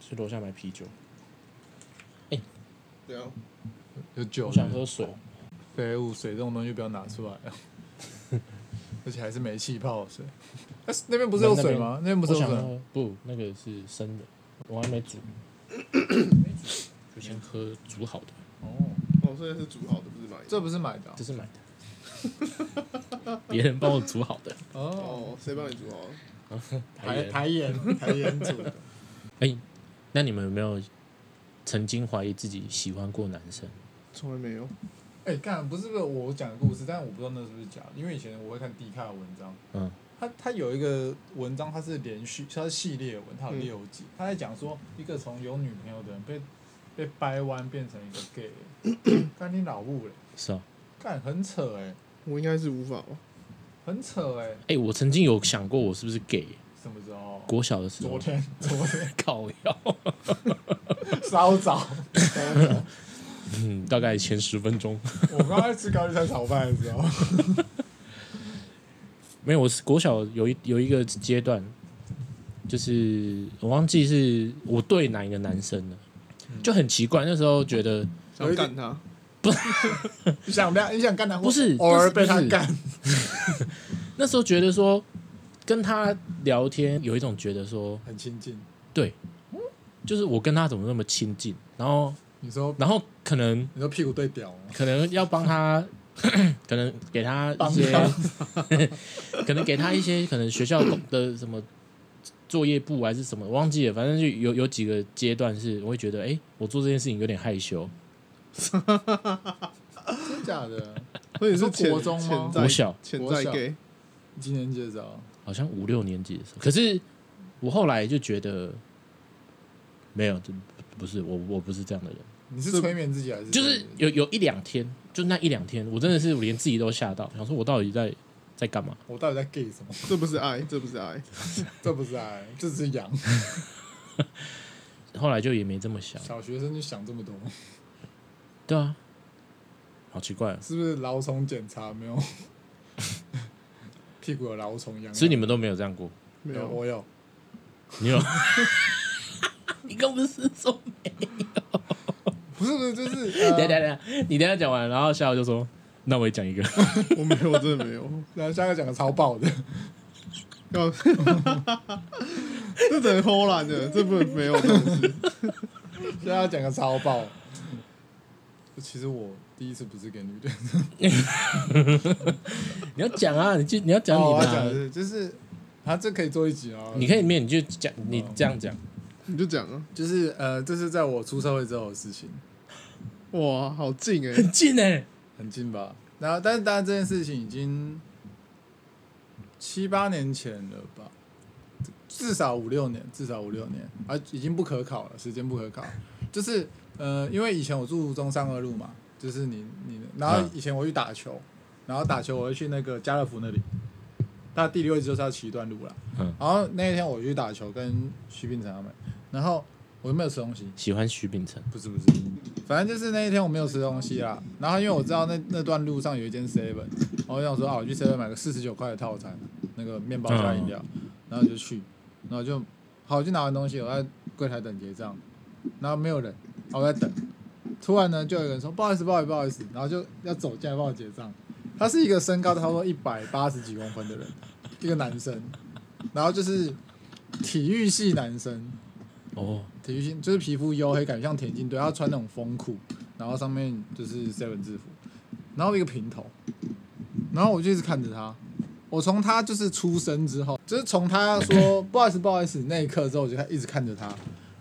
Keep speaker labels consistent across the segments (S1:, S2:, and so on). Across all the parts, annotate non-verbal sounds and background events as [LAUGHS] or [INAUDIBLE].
S1: 去楼下买啤酒，
S2: 对啊，
S3: 有哦酒
S1: 我，想喝水，
S3: 废物水这种东西不要拿出来啊， [LAUGHS] 而且还是没气泡的水。但是那边不是有水吗？那边不
S1: 我
S3: 是有
S1: 想
S3: 水？
S1: 喝不，那个是生的，我还没
S3: [COUGHS]
S1: 煮，就先喝煮好的，
S3: 哦，
S2: 哦，所以是煮好的，不是买的。
S3: 这不是买的啊
S1: 这是买的，别人帮我煮好的，
S3: 哦，
S2: 哦，谁帮你煮好啊？
S1: 台人
S3: 台台盐台盐组的，
S1: 哎那你们有没有曾经怀疑自己喜欢过男生？
S2: [LAUGHS] 从来没有。
S3: 哎，干不是不是我讲的故事，但我不知道那是不是假的，因为以前我会看 D 卡的文章，
S1: 嗯，
S3: 他他有一个文章，它是连续，它是系列文，它有
S1: 嗯
S3: 六集，他在讲说一个从有女朋友的人被被掰弯变成一个 gay，干 [COUGHS] 你老母嘞，
S1: 是啊，
S3: 干很扯哎、
S2: 我应该是无法哦吧。
S3: 很扯哎、
S1: 哎、我曾经有想过我是不是 gay，
S3: 什么时候？
S1: 国小的时候
S3: 昨，天昨天
S1: 靠腰，
S3: 稍早，
S1: [LAUGHS] 嗯，大概前十分钟，
S3: 我刚才吃高丽菜炒饭的时候，
S1: 没有，我是国小有一有一个阶段，就是我忘记是我对哪一个男生了，
S3: 嗯
S1: 就很奇怪，那时候觉得
S2: 想干他，
S3: 你想不要你想干他，
S1: 不是
S3: 偶尔被
S1: 不
S3: 他
S1: 是
S3: 干，
S1: 那时候觉得说跟他聊天有一种觉得说，
S3: 很亲近。
S1: 就是我跟他怎么那么亲近，然后
S3: 你说
S1: 然后可能
S3: 你说屁股对屌吗？
S1: 可能要帮他， [COUGHS] 可能给他一
S3: 帮
S1: 些
S3: 他，
S1: [LAUGHS] 可能给他一些可能学校的什么作业簿还是什么，我忘记了，反正就有有几个阶段是我会觉得，哎、我做这件事情有点害羞。
S3: 真假的？
S2: 所以你
S3: 你
S2: 是
S3: 说
S2: 潜
S3: 国中吗
S2: 潜
S1: 我
S2: 在
S1: 小
S2: 潜
S3: 国
S2: 在
S3: 小
S2: gay，
S3: 你今年介绍
S1: 好像五六年级的时候，可是我后来就觉得没有，这不是我，我不是这样的人。
S3: 你是
S2: 是
S3: 催眠自己还是？
S1: 就是有有一两天，就那一两天，我真的是连自己都吓到，想说我到底在在干嘛？
S3: 我到底在 gay 什么？
S2: 这不是爱，这不是爱。
S3: 这不是爱，这只是羊。
S1: 后来就也没这么想，
S3: 小学生就想这么多，
S1: 对啊，好奇怪、啊，
S3: 是不是老虫检查没有？屁股有老虫痒。
S1: 所以你们都没有这样过，
S2: 没
S3: 有
S2: 有，
S3: 我有，
S1: 你有？ [LAUGHS] 你更不是说，
S3: 不是不是，
S2: [LAUGHS]
S3: 就是
S2: 啊
S1: 等一下等一
S3: 呃
S1: 下，等一下你等一下讲完，然后下午就说，那我也讲一个，
S2: 我没有，我真的没有。
S3: 然后下个讲个超爆的，
S2: 要， [LAUGHS] 这整偷懒的，这不能没有这种事。
S3: 现在要讲个超爆。嗯其实我第一次不是给女的，
S1: [LAUGHS] 你要讲啊，你就你要讲
S3: 哦
S1: 你
S3: 我要
S1: 的啊、
S3: 讲的是就是，啊，这可以做一集啊。
S1: 你可以没有你就讲，你这样讲，
S2: 你就讲啊，
S3: 就是呃，这是在我出社会之后的事情，
S2: 哇，好近哎、
S1: 很近哎、
S3: 很近吧？然后，但是当然这件事情已经七八年前了吧，至少五六年，至少五六年，啊，已经不可考了，时间不可考。就是呃，因为以前我住中山二路嘛，就是你你，然后
S1: 嗯
S3: 以前我去打球，然后打球我会去那个家乐福那里，它地理位置就是要骑一段路啦。
S1: 嗯
S3: 然后那一天我去打球，跟徐秉成他们，然后我没有吃东西，
S1: 喜欢徐秉承，
S3: 不是不是，反正就是那一天我没有吃东西啦。然后因为我知道那那段路上有一间 Seven，然后我想说啊，我去 Seven 买个四十九块的套餐，那个面包加饮料，然后就去，然后就好我就拿完东西，我在柜台等结账，然后没有人，然后我在等，突然呢就有人说不好意思不好意思不好意思，然后就要走进来帮我结账。他是一个身高差不多一百八十几公分的人，一个男生，然后就是体育系男生，
S1: 哦，
S3: 体育性就是皮肤黝黑，感觉像田径队，他穿那种风裤，然后上面就是 seven 制服，然后一个平头，然后我就一直看着他。我从他就是出生之后，就是从他说不好意思不好意思那一刻之后，我就开一直看着他，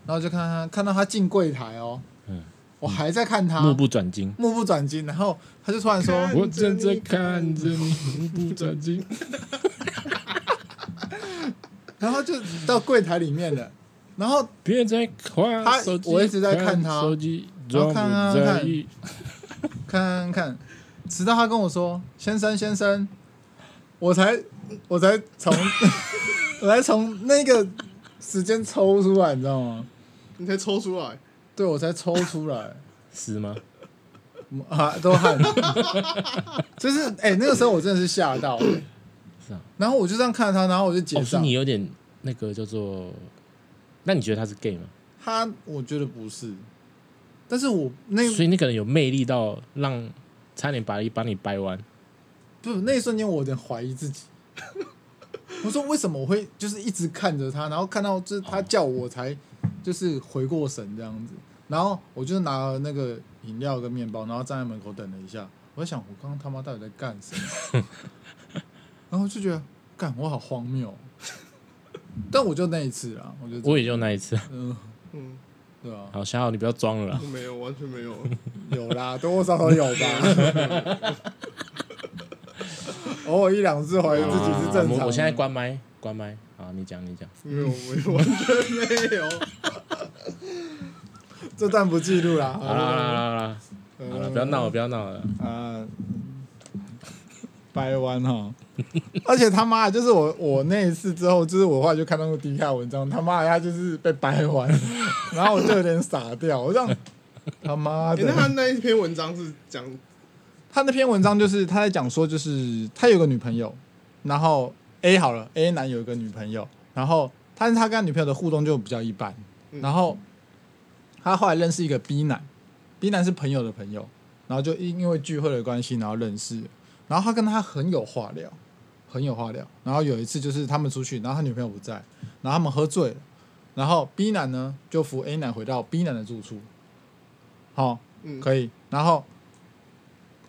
S3: 然后就看他看到他进柜台哦，
S1: 嗯
S3: 我还在看他，
S1: 目不转睛。
S3: 目不转睛，然后他就突然说，
S1: 我正在看着你，目不转睛。
S3: 然后就到柜台里面了，然后
S1: 别在看
S3: 他
S1: 手机，
S3: 我一直在看他
S1: 手机，
S3: 然
S1: 装
S3: 后
S1: 不
S3: 看啊
S1: 在意。
S3: 看看看，直到他跟我说：“先生，先生，我才我才从 [LAUGHS] 我才从那个时间抽出来，你知道吗？
S2: 你才抽出来，
S3: 对我才抽出来 [LAUGHS]
S1: 是吗？
S3: 嗯啊，都汗， [LAUGHS] 就是哎、那个时候我真的是吓到、欸
S1: 是啊
S3: 然后我就这样看着他，然后我就结
S1: 哦，是
S3: 账。
S1: 你有点那个叫做……那你觉得他是 gay 吗？
S3: 他我觉得不是，但是我那
S1: 所以你可能有魅力到让差点把你把你掰弯。
S3: 不那一瞬间我有点怀疑自己。 [LAUGHS] 我说为什么我会就是一直看着他，然后看到就是他叫我才就是回过神这样子，然后我就拿了那个饮料跟面包，然后站在门口等了一下，我在想我刚刚他妈到底在干什么， [LAUGHS] 然后就觉得干我好荒谬哦， [LAUGHS] 但我就那一次啦，我就
S1: 我也就那一次。
S3: 嗯、
S2: 嗯，
S3: 对啊，
S1: 好，小好你不要装了啦
S2: 我。没有，完全没有。
S3: 有啦，多多少少有吧， [LAUGHS] 偶尔一两次怀疑自己是
S1: 好
S3: 正常
S1: 啊我
S3: 的。
S1: 我现在关麦，关麦。好，你讲，你讲。
S2: 没有，没有，完全没有。
S3: 这段不记录啦，
S1: 好啦，好啦，好啦，好啦，好啦，不要闹了，不要闹了。
S3: 啊， [LAUGHS] 掰弯哈！而且他妈的就是我，我那一次之后，就是我后来就看到个低卡文章，他妈的他就是被掰弯，然后我就有点傻掉，我让他妈
S2: 欸那他
S3: 的。
S2: 那一篇文章是讲
S3: 他那篇文章就是他在讲说，就是他有个女朋友，然后 A 好了，A 男有一个女朋友，然后但是他跟他女朋友的互动就比较一般，
S2: 嗯
S3: 然后他后来认识一个 B 男，B 男是朋友的朋友，然后就因因为聚会的关系，然后认识，然后他跟他很有话聊，很有话聊，然后有一次就是他们出去，然后他女朋友不在，然后他们喝醉了，然后 B 男呢就扶 A 男回到 B 男的住处，好、
S2: 嗯
S3: 可以。然后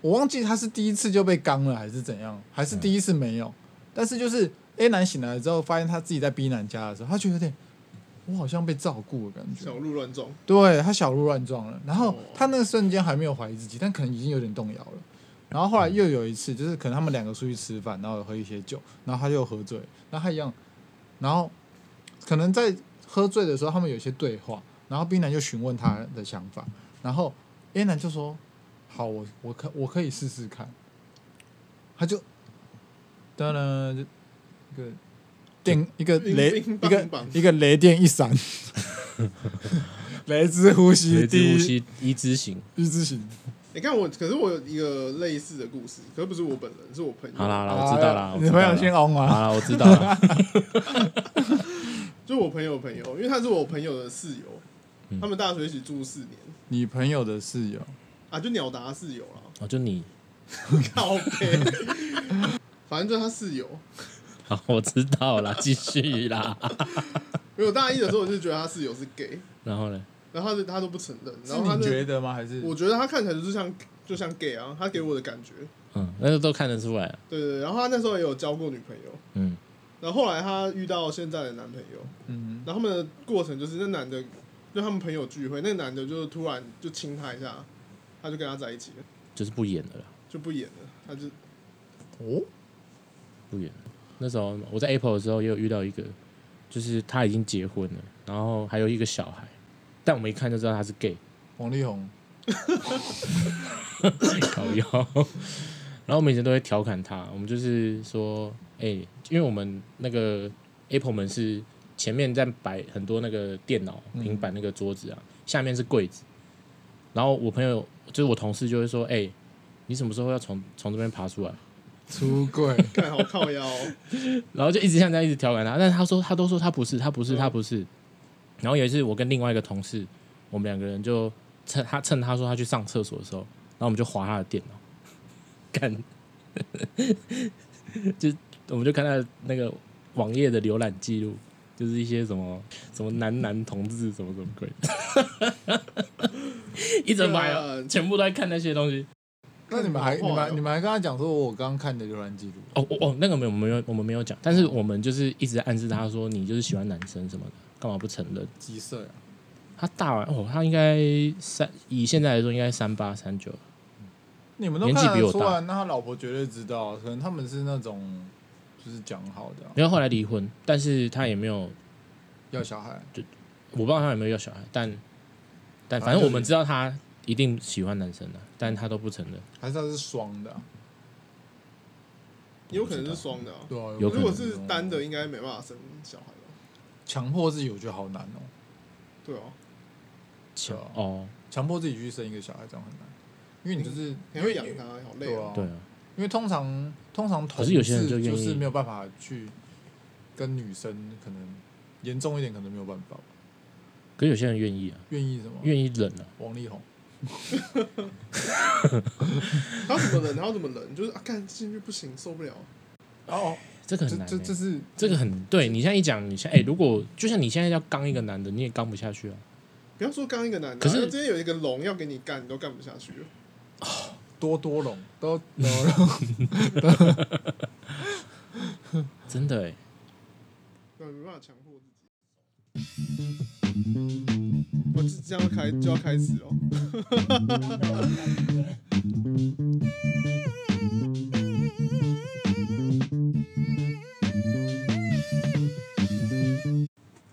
S3: 我忘记他是第一次就被刚了，还是怎样，还是第一次没有。但是就是 A 男醒来之后，发现他自己在 B 男家的时候，他觉得有点我好像被照顾的感觉
S2: 小，鹿乱撞，
S3: 对他小鹿乱撞了。然后
S2: 哦
S3: 他那个瞬间还没有怀疑自己，但可能已经有点动摇了。然后后来又有一次，就是可能他们两个出去吃饭，然后有喝一些酒，然后他又喝醉，然后他一样，然后可能在喝醉的时候，他们有一些对话，然后 B 男就询问他的想法，然后 A 男就说：“好，我我可我可以试试看。”他就当然就一个电一个
S2: 冰
S3: 雷
S2: 冰
S3: 一个
S2: 棒棒
S3: 一个雷电一
S2: [LAUGHS]
S3: 闪，雷之呼吸
S1: 雷之
S3: 第
S1: 呼
S3: 一
S1: 吸一之型。
S3: 一之型。
S2: 你、看我，可是我有一个类似的故事，可是不是我本人，是我朋友。
S1: 好啦，好啦，啊我知道啦。我
S3: 你
S1: 知
S3: 朋
S1: 道
S3: 友
S1: 啦
S3: 姓翁
S1: 好
S3: 啊？
S1: 啦，我知道啦。
S2: 就我朋友的朋友，因为他是我朋友的室友，他们大学一起住四年
S3: 你朋友的室友
S2: 啊，就鸟达室友啦，
S1: 哦，就你。
S2: 靠背。 [LAUGHS] 反正就是他室友，
S1: [LAUGHS] 好，我知道 [LAUGHS] 啦，继续啦。
S2: 因为我大一的时候我就觉得他室友是 gay，
S1: 然后呢？
S2: 然后他就他都不承认，
S3: 是
S2: 然后他
S3: 你
S2: 就
S3: 觉得吗？还是
S2: 我觉得他看起来就是像就像 gay 啊，他给我的感觉，
S1: 嗯，那个都看得出来啊。
S2: 对对对，然后他那时候也有交过女朋友，
S1: 嗯，
S2: 然后后来他遇到现在的男朋友，
S3: 嗯
S2: 然后他们的过程就是那男的就他们朋友聚会，那男的就突然就亲他一下，他就跟他在一起了，
S1: 就是不演了啦，
S2: 就不演了，他就
S3: 哦？
S1: 不演了。那时候我在 Apple 的时候也有遇到一个，就是他已经结婚了，然后还有一个小孩，但我们一看就知道他是 gay，
S3: 王力宏
S1: 搞腰。 [LAUGHS] 然后我们以前都会调侃他，我们就是说，哎、因为我们那个 Apple 门是前面在摆很多那个电脑、
S3: 嗯
S1: 平板那个桌子啊，下面是柜子。然后我朋友就是我同事就会说，哎、你什么时候要从从这边爬出来？
S3: 出柜，
S2: 看好靠腰、哦，
S1: 然后就一直像这样一直调侃他，但是他说他都说他不是，他不是，
S2: 嗯
S1: 他不是。然后有一次我跟另外一个同事，我们两个人就趁他趁他说他去上厕所的时候，然后我们就划他的电脑， [LAUGHS] 干， [LAUGHS] 就我们就看他的那个网页的浏览记录，就是一些什么什么男男同志什么什么鬼， [LAUGHS] 一整排哦，
S2: 干
S1: 全部都在看那些东西。
S3: [LAUGHS] 那你们还
S2: 看
S3: 你
S2: 好坏哦
S3: 们你们还跟他讲说我刚刚看你的浏览记录，
S1: 哦哦哦，那个没有，我们没有，我们没有讲，但是我们就是一直在暗示他说你就是喜欢男生什么的，干嘛不承认？
S3: 几岁啊？
S1: 他大完哦，他应该三，以现在来说应该三八三九，
S3: 你们都
S1: 年纪
S3: 看
S1: 比
S3: 得
S1: 我
S3: 出
S1: 大
S3: 来，那他老婆绝对知道，啊可能他们是那种就是讲好的啊、
S1: 因为后来离婚，但是他也没有，
S3: 要小孩，
S1: 我不知道他有没有要小孩，但但
S3: 反
S1: 反正
S3: 正
S1: 我
S3: 就是
S1: 们知道他一定喜欢男生的、但他都不承认。
S3: 还是他是双的啊、
S2: 也有可能是双的、啊，
S3: 对啊，
S1: 有可能
S2: 如果是单的，应该没办法生小孩吧？
S3: 强迫自己，我觉得好难哦。
S2: 对哦、
S1: 强
S3: 对啊
S1: 哦，
S3: 强迫自己去生一个小孩，这样很难，因为嗯你就是
S2: 你
S3: 因
S2: 要
S3: 为
S2: 养他，好累、
S3: 对
S2: 哦。
S3: 啊，
S1: 对啊，
S3: 因为通常通常同
S1: 可是有些人就
S3: 志
S1: 愿
S3: 就
S1: 意
S3: 是没有办法去跟女生，可能严重一点，可能没有办法。
S1: 可是有些人愿意啊，
S3: 愿意什么？
S1: 愿意忍啊，
S3: 王力宏，
S2: 然后怎么忍？然后怎么忍？就是啊，干进去不行，受不了。
S3: 哦，
S1: 这个
S3: 这
S1: 很难欸、
S3: 这这是
S1: 这个很对你现在一讲，你现在哎、如果就像你现在要刚一个男的，你也刚不下去啊。
S2: 不要说刚一个男的，
S1: 可是
S2: 然后今天有一个龙要给你干，你都干不下去了。
S3: 多多龙，都
S1: [LAUGHS]
S3: 都
S1: 真的哎、
S2: 那没办法强迫自己。我就这样开就要开始 [LAUGHS] 哦。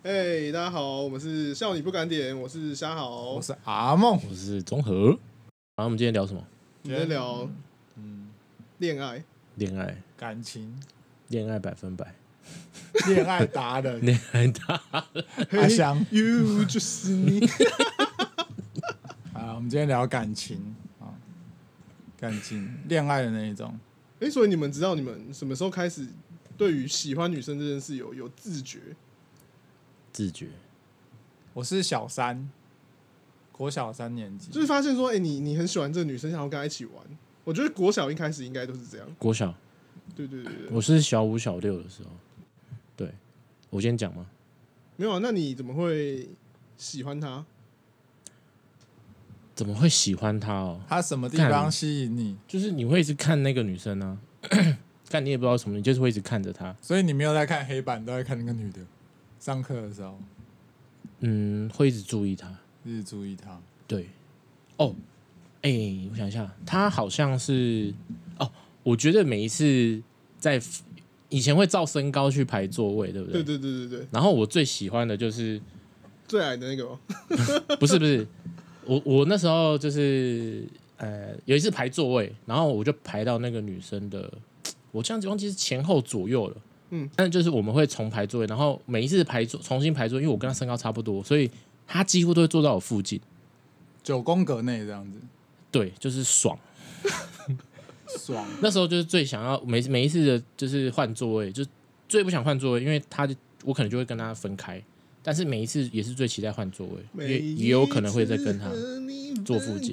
S2: 哎、大家好，我们是笑你不敢点，我是虾
S3: 我
S2: 好，
S3: 是阿梦，
S1: 我是综合。然后我们今天聊什么？
S2: 我们在聊
S3: 嗯
S2: 恋爱，
S1: 恋爱，
S3: 感情、
S1: 恋爱百分百，
S3: 恋爱达
S1: [LAUGHS]
S3: 人
S1: 恋爱大
S3: 阿香
S2: you 就是 [LAUGHS] 你，
S3: 啊，我们今天聊感情啊，感情恋爱的那一种，
S2: 哎、所以你们知道你们什么时候开始对于喜欢女生这件事有有自觉？
S1: 自觉。
S3: 我是小三，国小三年级，
S2: 就是发现说，哎、你你很喜欢这个女生，想要跟她一起玩。我觉得国小一开始应该都是这样，
S1: 国小，
S2: 对对对对，
S1: 我是小五小六的时候，对我先讲吗？
S2: 没有、啊，那你怎么会喜欢她？
S1: 怎么会喜欢他哦？
S3: 他什么地
S1: 干
S3: 方吸引你？
S1: 就是你会一直看那个女生啊， [CLEARS THROAT] 但你也不知道什么，你就是会一直看着她。
S3: 所以你没有在看黑板，都在看那个女的。上课的时候
S1: 嗯，会一直注意她。
S3: 一直注意她，
S1: 对，哦，哎、我想一下，她好像是哦，我觉得每一次在以前会照身高去排座位，对不
S2: 对
S1: 对？
S2: 对对对对，
S1: 然后我最喜欢的就是
S2: 最矮的那个吗，
S1: 不是不是，我我那时候就是呃有一次排座位，然后我就排到那个女生的，我这样子忘记是前后左右了。
S2: 嗯，
S1: 但就是我们会重排座位，然后每一次排座重新排座位，因为我跟她身高差不多，所以她几乎都会坐到我附近。
S3: 九宫格内这样子，
S1: 对，就是爽。
S3: 爽。
S1: [LAUGHS] 那时候就是最想要每每一次的，就是换座位，就最不想换座位，因为她就我可能就会跟她分开，但是每一次也是最期待换座位，因为也有可能会再跟她坐附近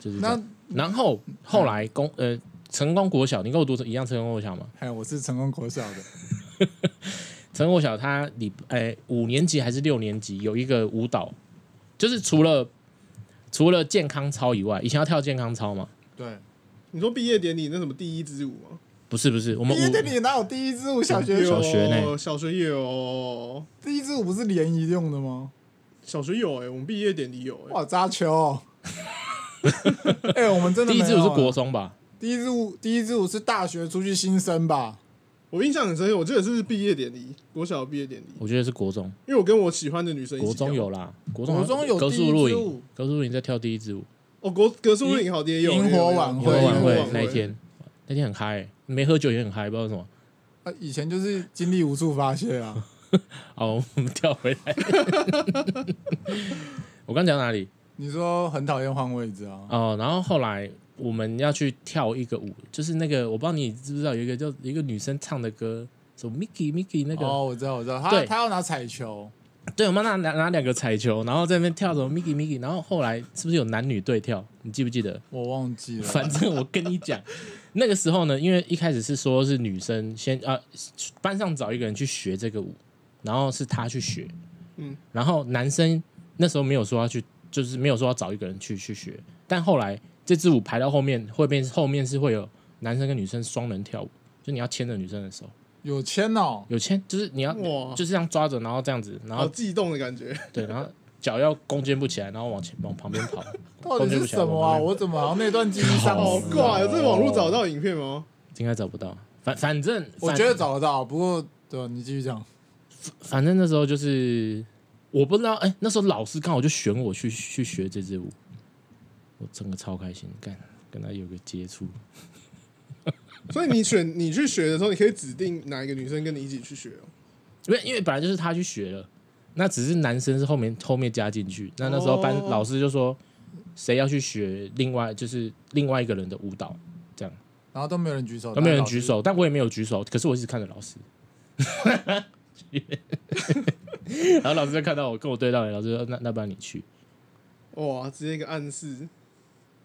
S1: 就是这样
S3: 那
S1: 然后后来公呃成功国小，你跟我读一样成功国小吗？
S3: 哎，我是成功国小的，
S1: 成功国小它里哎五年级还是六年级有一个舞蹈，就是除了除了健康操以外，以前要跳健康操吗？
S3: 对。
S2: 你说毕业典礼那什么第一支舞吗？
S1: 不是不是，我们
S3: 毕业
S1: 舞
S3: 典礼哪有第一支舞？小
S2: 啊
S3: 学
S1: 小
S3: 有
S1: 学
S2: 有，
S1: 呢
S2: 小学有，
S3: 第一支舞不是联谊用的吗？
S2: 小学有哎、我们毕业典礼有哎、
S3: 哇，扎球、
S1: [LAUGHS]
S3: 哦！哎、我们真的
S1: 第一支舞
S3: 没
S1: 是
S3: 有啊
S1: 国，中吧？
S3: 第一支舞，第一支舞是大学出去新生吧？
S2: 我印象很深刻，我记得是毕业典礼，国小的毕业典礼，
S1: 我觉得是国中，
S2: 因为我跟我喜欢的女生一起
S1: 国中
S2: 跳
S1: 有啦，国中好
S3: 国
S1: 像
S3: 中有
S1: 格
S3: 第
S1: 数
S3: 一
S1: 录
S3: 支
S1: 影
S3: 舞，
S1: 格数录影在跳第一支舞，
S2: 哦，国格苏露营好像也有
S3: 萤
S2: 也有
S3: 火
S2: 也有
S3: 晚
S1: 萤火
S3: 会
S2: 有
S1: 晚
S3: 萤火
S1: 会
S3: 晚
S1: 那一天，那天很嗨、没喝酒也很嗨，不知道为什么。
S3: 啊，以前就是精力无处发泄啊。
S1: 好，我们跳回来。 [LAUGHS] 我刚讲哪里？
S3: 你说很讨厌换位置啊？
S1: 哦，然后后来我们要去跳一个舞，就是那个我不知道你知不知道有一个叫有一个女生唱的歌，什么 Mickey Mickey 那个，
S3: 哦，我知道，我知道，他
S1: 对
S3: 他要拿彩球，
S1: 对，我们拿拿拿两个彩球，然后在那边跳什么 Mickey Mickey，然后后来是不是有男女对跳？你记不记得？
S3: 我忘记了。
S1: 反正我跟你
S3: [LAUGHS]
S1: 讲，那个时候呢，因为一开始是说是女生先啊、班上找一个人去学这个舞，然后是她去学，嗯
S2: 嗯，
S1: 然后男生那时候没有说要去，就是没有说要找一个人去去学，但后来这支舞排到后面会变，后面是会有男生跟女生双人跳舞，就你要牵着女生的手，
S3: 有签哦，
S1: 有牵就是你要
S2: 哇
S1: 就是这样抓着，然后这样子，然
S2: 好
S1: 后
S2: 悸动的
S1: [LAUGHS]
S2: 感觉，
S1: 对，然后脚要弓箭步起来，然后往前往旁边跑，
S3: 到底是什么啊？我怎么好像那段记忆上
S2: 好
S3: 死
S2: 怪、
S3: 了？
S2: 啊！这网
S1: 哦
S2: 络找到影片吗？
S1: 应该找不到，反反正
S3: 我
S1: 反
S3: 觉得找得到，不过对啊你继续讲。
S1: 反正那时候就是我不知道，哎、那时候老师刚好就选我去去学这支舞，我整个超开心，干跟他有个接触，
S2: 所以你选你去学的时候，你可以指定哪一个女生跟你一起去学哦。
S1: 因为因为本来就是他去学了，那只是男生是后面后面加进去，那那时候班、
S2: 哦
S1: 老师就说谁要去学另外就是另外一个人的舞蹈，
S3: 然后都没有人举手，
S1: 都没有人
S3: [LAUGHS]
S1: 举手，但我也没有举手，可是我一直看着老师，然后老师就看到我跟我对到眼，老师就说那那不然你去。
S2: 哦哇，直接一个暗示，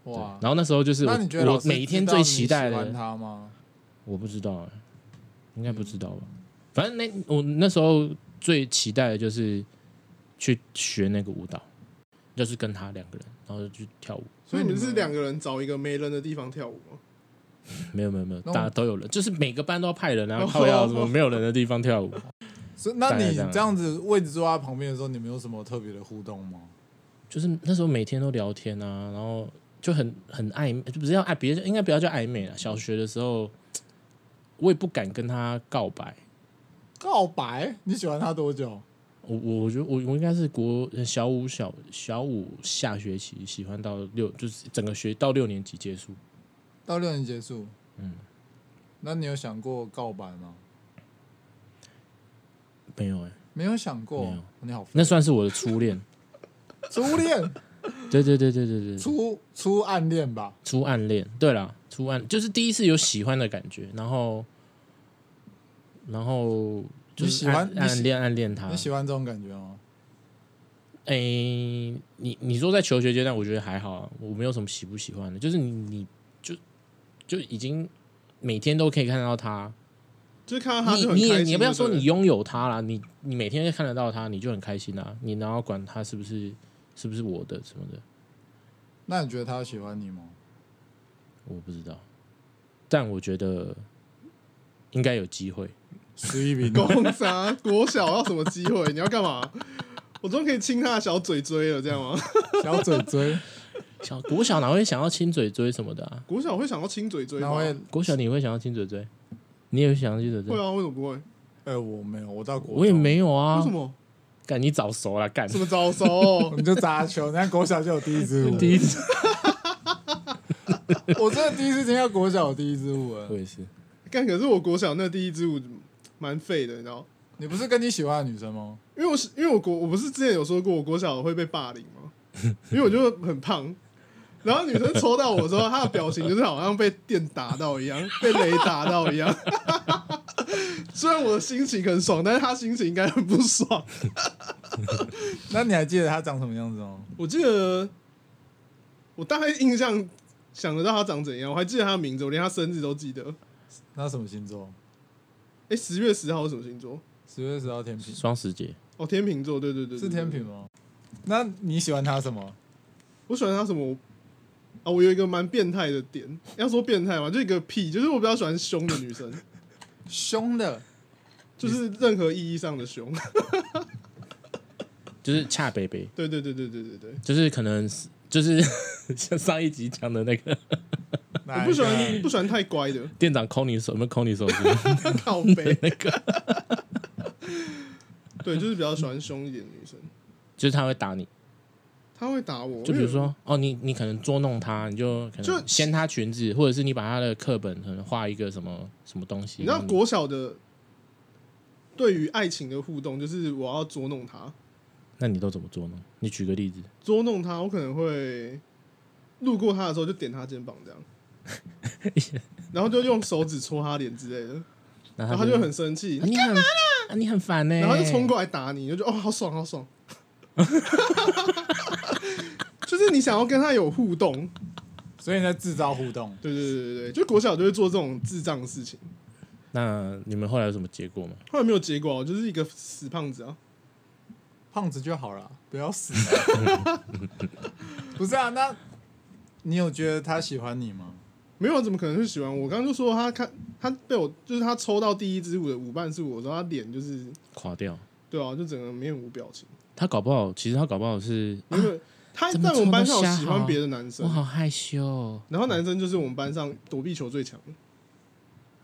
S1: 对
S3: 哇，
S1: 然后那时候就是
S3: 那
S1: 我
S3: 你觉得老
S1: 我
S3: 师
S1: 每一天
S3: 知道
S1: 最
S3: 你
S1: 期待
S3: 喜欢
S1: 的，
S3: 他吗？
S1: 我不知道、欸，应该不知道吧？反正那我那时候最期待的就是去学那个舞蹈，就是跟他两个人，然后就去跳舞。
S2: 所以你们
S1: 嗯
S2: 是两
S3: 个
S2: 个人找一个没人的地方跳舞吗？
S1: 没有没有没有，
S3: 那我
S1: 大家都有人，就是每个班都要派人
S3: [LAUGHS]
S1: 啊，
S2: 哦
S1: 靠要什么没有人的地方跳舞。
S3: 所以那
S1: 当然
S3: 你
S1: 当然
S3: 这样子位置坐在旁边的时候，你们有什么特别的互动吗？
S1: 就是那时候每天都聊天啊，然后就很很暧昧，就不是要暧，别应该不要叫暧昧了。小学的时候，我也不敢跟他告白。
S3: 告白？你喜欢他多久？
S1: 我我我觉得我我应该是国呃小五小小五下学期喜欢到六，就是整个学到六年级结束。
S3: 到六年级结束。
S1: 嗯，
S3: 那你有想过告白吗？
S1: 没有哎、
S3: 没有想
S1: 没
S3: 过哦
S1: 有。
S3: 你好烦，
S1: 那算是我的初恋。 [LAUGHS]
S3: 初恋，
S1: 对对对对对对，
S3: 初初暗恋吧？
S1: 初暗恋。对啦，初暗就是第一次有喜欢的感觉，然后然后就
S3: 你
S1: 是
S3: 喜
S1: 暗
S3: 欢你喜
S1: 暗恋暗恋他。
S3: 你喜欢这种感觉吗？
S1: 诶、你你说在求学阶段，我觉得还好啊，我没有什么喜不喜欢的，就是你你就就已经每天都可以看到他，
S2: 就是看到他
S1: 你
S2: 就很
S1: 你
S2: 开
S1: 也
S2: 心。
S1: 你也不要说
S2: 对
S1: 你
S2: 对
S1: 拥有他啦，你你每天看得到他，你就很开心啦、你哪要管他是不是是不是我的什么的，
S3: 那你觉得他喜欢你吗？
S1: 我不知道，但我觉得应该有机会，
S3: 徐
S1: [LAUGHS]
S3: 一平，
S2: 攻啥啊国小要什么机会？你要干嘛？我终于可以亲他的小嘴嘴了，这样吗？ [LAUGHS]
S3: 小嘴
S1: [LAUGHS]
S3: 嘴，
S1: 小国小哪会想要亲嘴嘴什么的啊？
S2: 国小会想到亲嘴嘴
S3: 那
S2: 吗？
S3: 会
S1: 国小你会想要亲嘴嘴，你也会想要亲嘴嘴
S2: 会，啊，为什么不会？
S3: 呃，我没有，我到国
S1: 我也
S3: 中，
S1: 没有
S2: 为
S1: 啊
S2: 什，么？
S1: 干你早熟了，干
S2: 什么早熟哦
S3: 我？们就砸球。人家国小就有第一支舞，
S1: 第一次。 [LAUGHS]
S3: 我真的第一次听到国小有第一支舞。哎
S1: 我也是，
S2: [LAUGHS] 干，可是我国小那第一支舞蛮废的，你知道？
S3: 你不是跟你喜欢的女生吗？
S2: 因为我是因为我国我不是之前有说过我国小会被霸凌吗？因为我就很胖，然后女生抽到我的时候，她的表情就是好像被电打到一样， [LAUGHS] 被雷打到一样。虽然我的心情很爽，但是她心情应该很不爽。
S3: 那你还记得她长什么样子吗？
S2: 我记得我大概印象想得到她长怎样，我还记得她的名字，我连她生日都记得。
S3: 她什么星座？
S2: 哎、十月十号是什么星座？
S3: 十月十号天平，
S1: 双十节，
S2: 哦，天秤座，对对对
S3: 是
S2: 对
S3: 天
S2: 对
S3: 平吗？那你喜欢她什么？
S2: 我喜欢他什么？啊，我有一个蛮变态的点，要说变态嘛，就一个屁，就是我比较喜欢凶的
S1: [LAUGHS]
S2: 女生，
S3: 凶的，
S2: 就是任何意义上的凶。
S1: 就是恰北北，
S2: 对对对对对对对，
S1: 就是可能是就是 [LAUGHS] 像上一集讲的那个
S2: 我
S1: 哎
S3: 我
S2: 不喜欢不喜欢太乖的， [LAUGHS]
S1: 店长抠你手，有没有抠你 [LAUGHS] 手指？
S2: 靠背那个。对，就是比较喜欢凶一点的女生，
S1: 就是他会打你，
S2: 她会打我。
S1: 就比如，说哦，你你可能捉弄他，你就可
S2: 就
S1: 能掀他裙子，或者是你把他的课本可能画一个什么什么东西。
S2: 你知道
S1: 然后
S2: 国小的对于爱情的互动，就是我要捉弄她，
S1: 那你都怎么捉弄？你举个例子，
S2: 捉弄她，我可能会路过她的时候就点她肩膀这
S1: [LAUGHS]
S2: 样，然后就用手指戳她脸之类的。
S1: 然
S2: 然
S1: 后
S2: 后他就很生气
S1: 啊，你很啊你很烦呢，
S2: 然后就冲过来打你，你就觉得哦，好爽，好爽。 [LAUGHS] 就是你想要跟他有互动，
S3: 所以你在制造互动。
S2: 对对对对对，就国小就会做这种智障的事情。
S1: 那你们后来有什么结果吗？
S2: 后来没有结果，啊我就是一个死胖子啊。
S3: 胖子就好了，不要死。不是啊，那你有觉得他喜欢你吗？
S2: 没有，啊怎么可能会喜欢我？我刚刚就说他看他被我，就是他抽到第一支舞的舞伴是我，然后他脸就是
S1: 垮掉。
S2: 对啊，就整个面无表情。
S1: 他搞不好，其实他搞不好是，
S2: 因为他
S1: 啊怎
S2: 在
S1: 么
S2: 我们班上
S1: 这么
S2: 有
S1: 瞎
S2: 喜欢别的男
S1: 我
S2: 生，
S1: 好害羞哦。
S2: 然后男生就是我们班上躲避球最强的。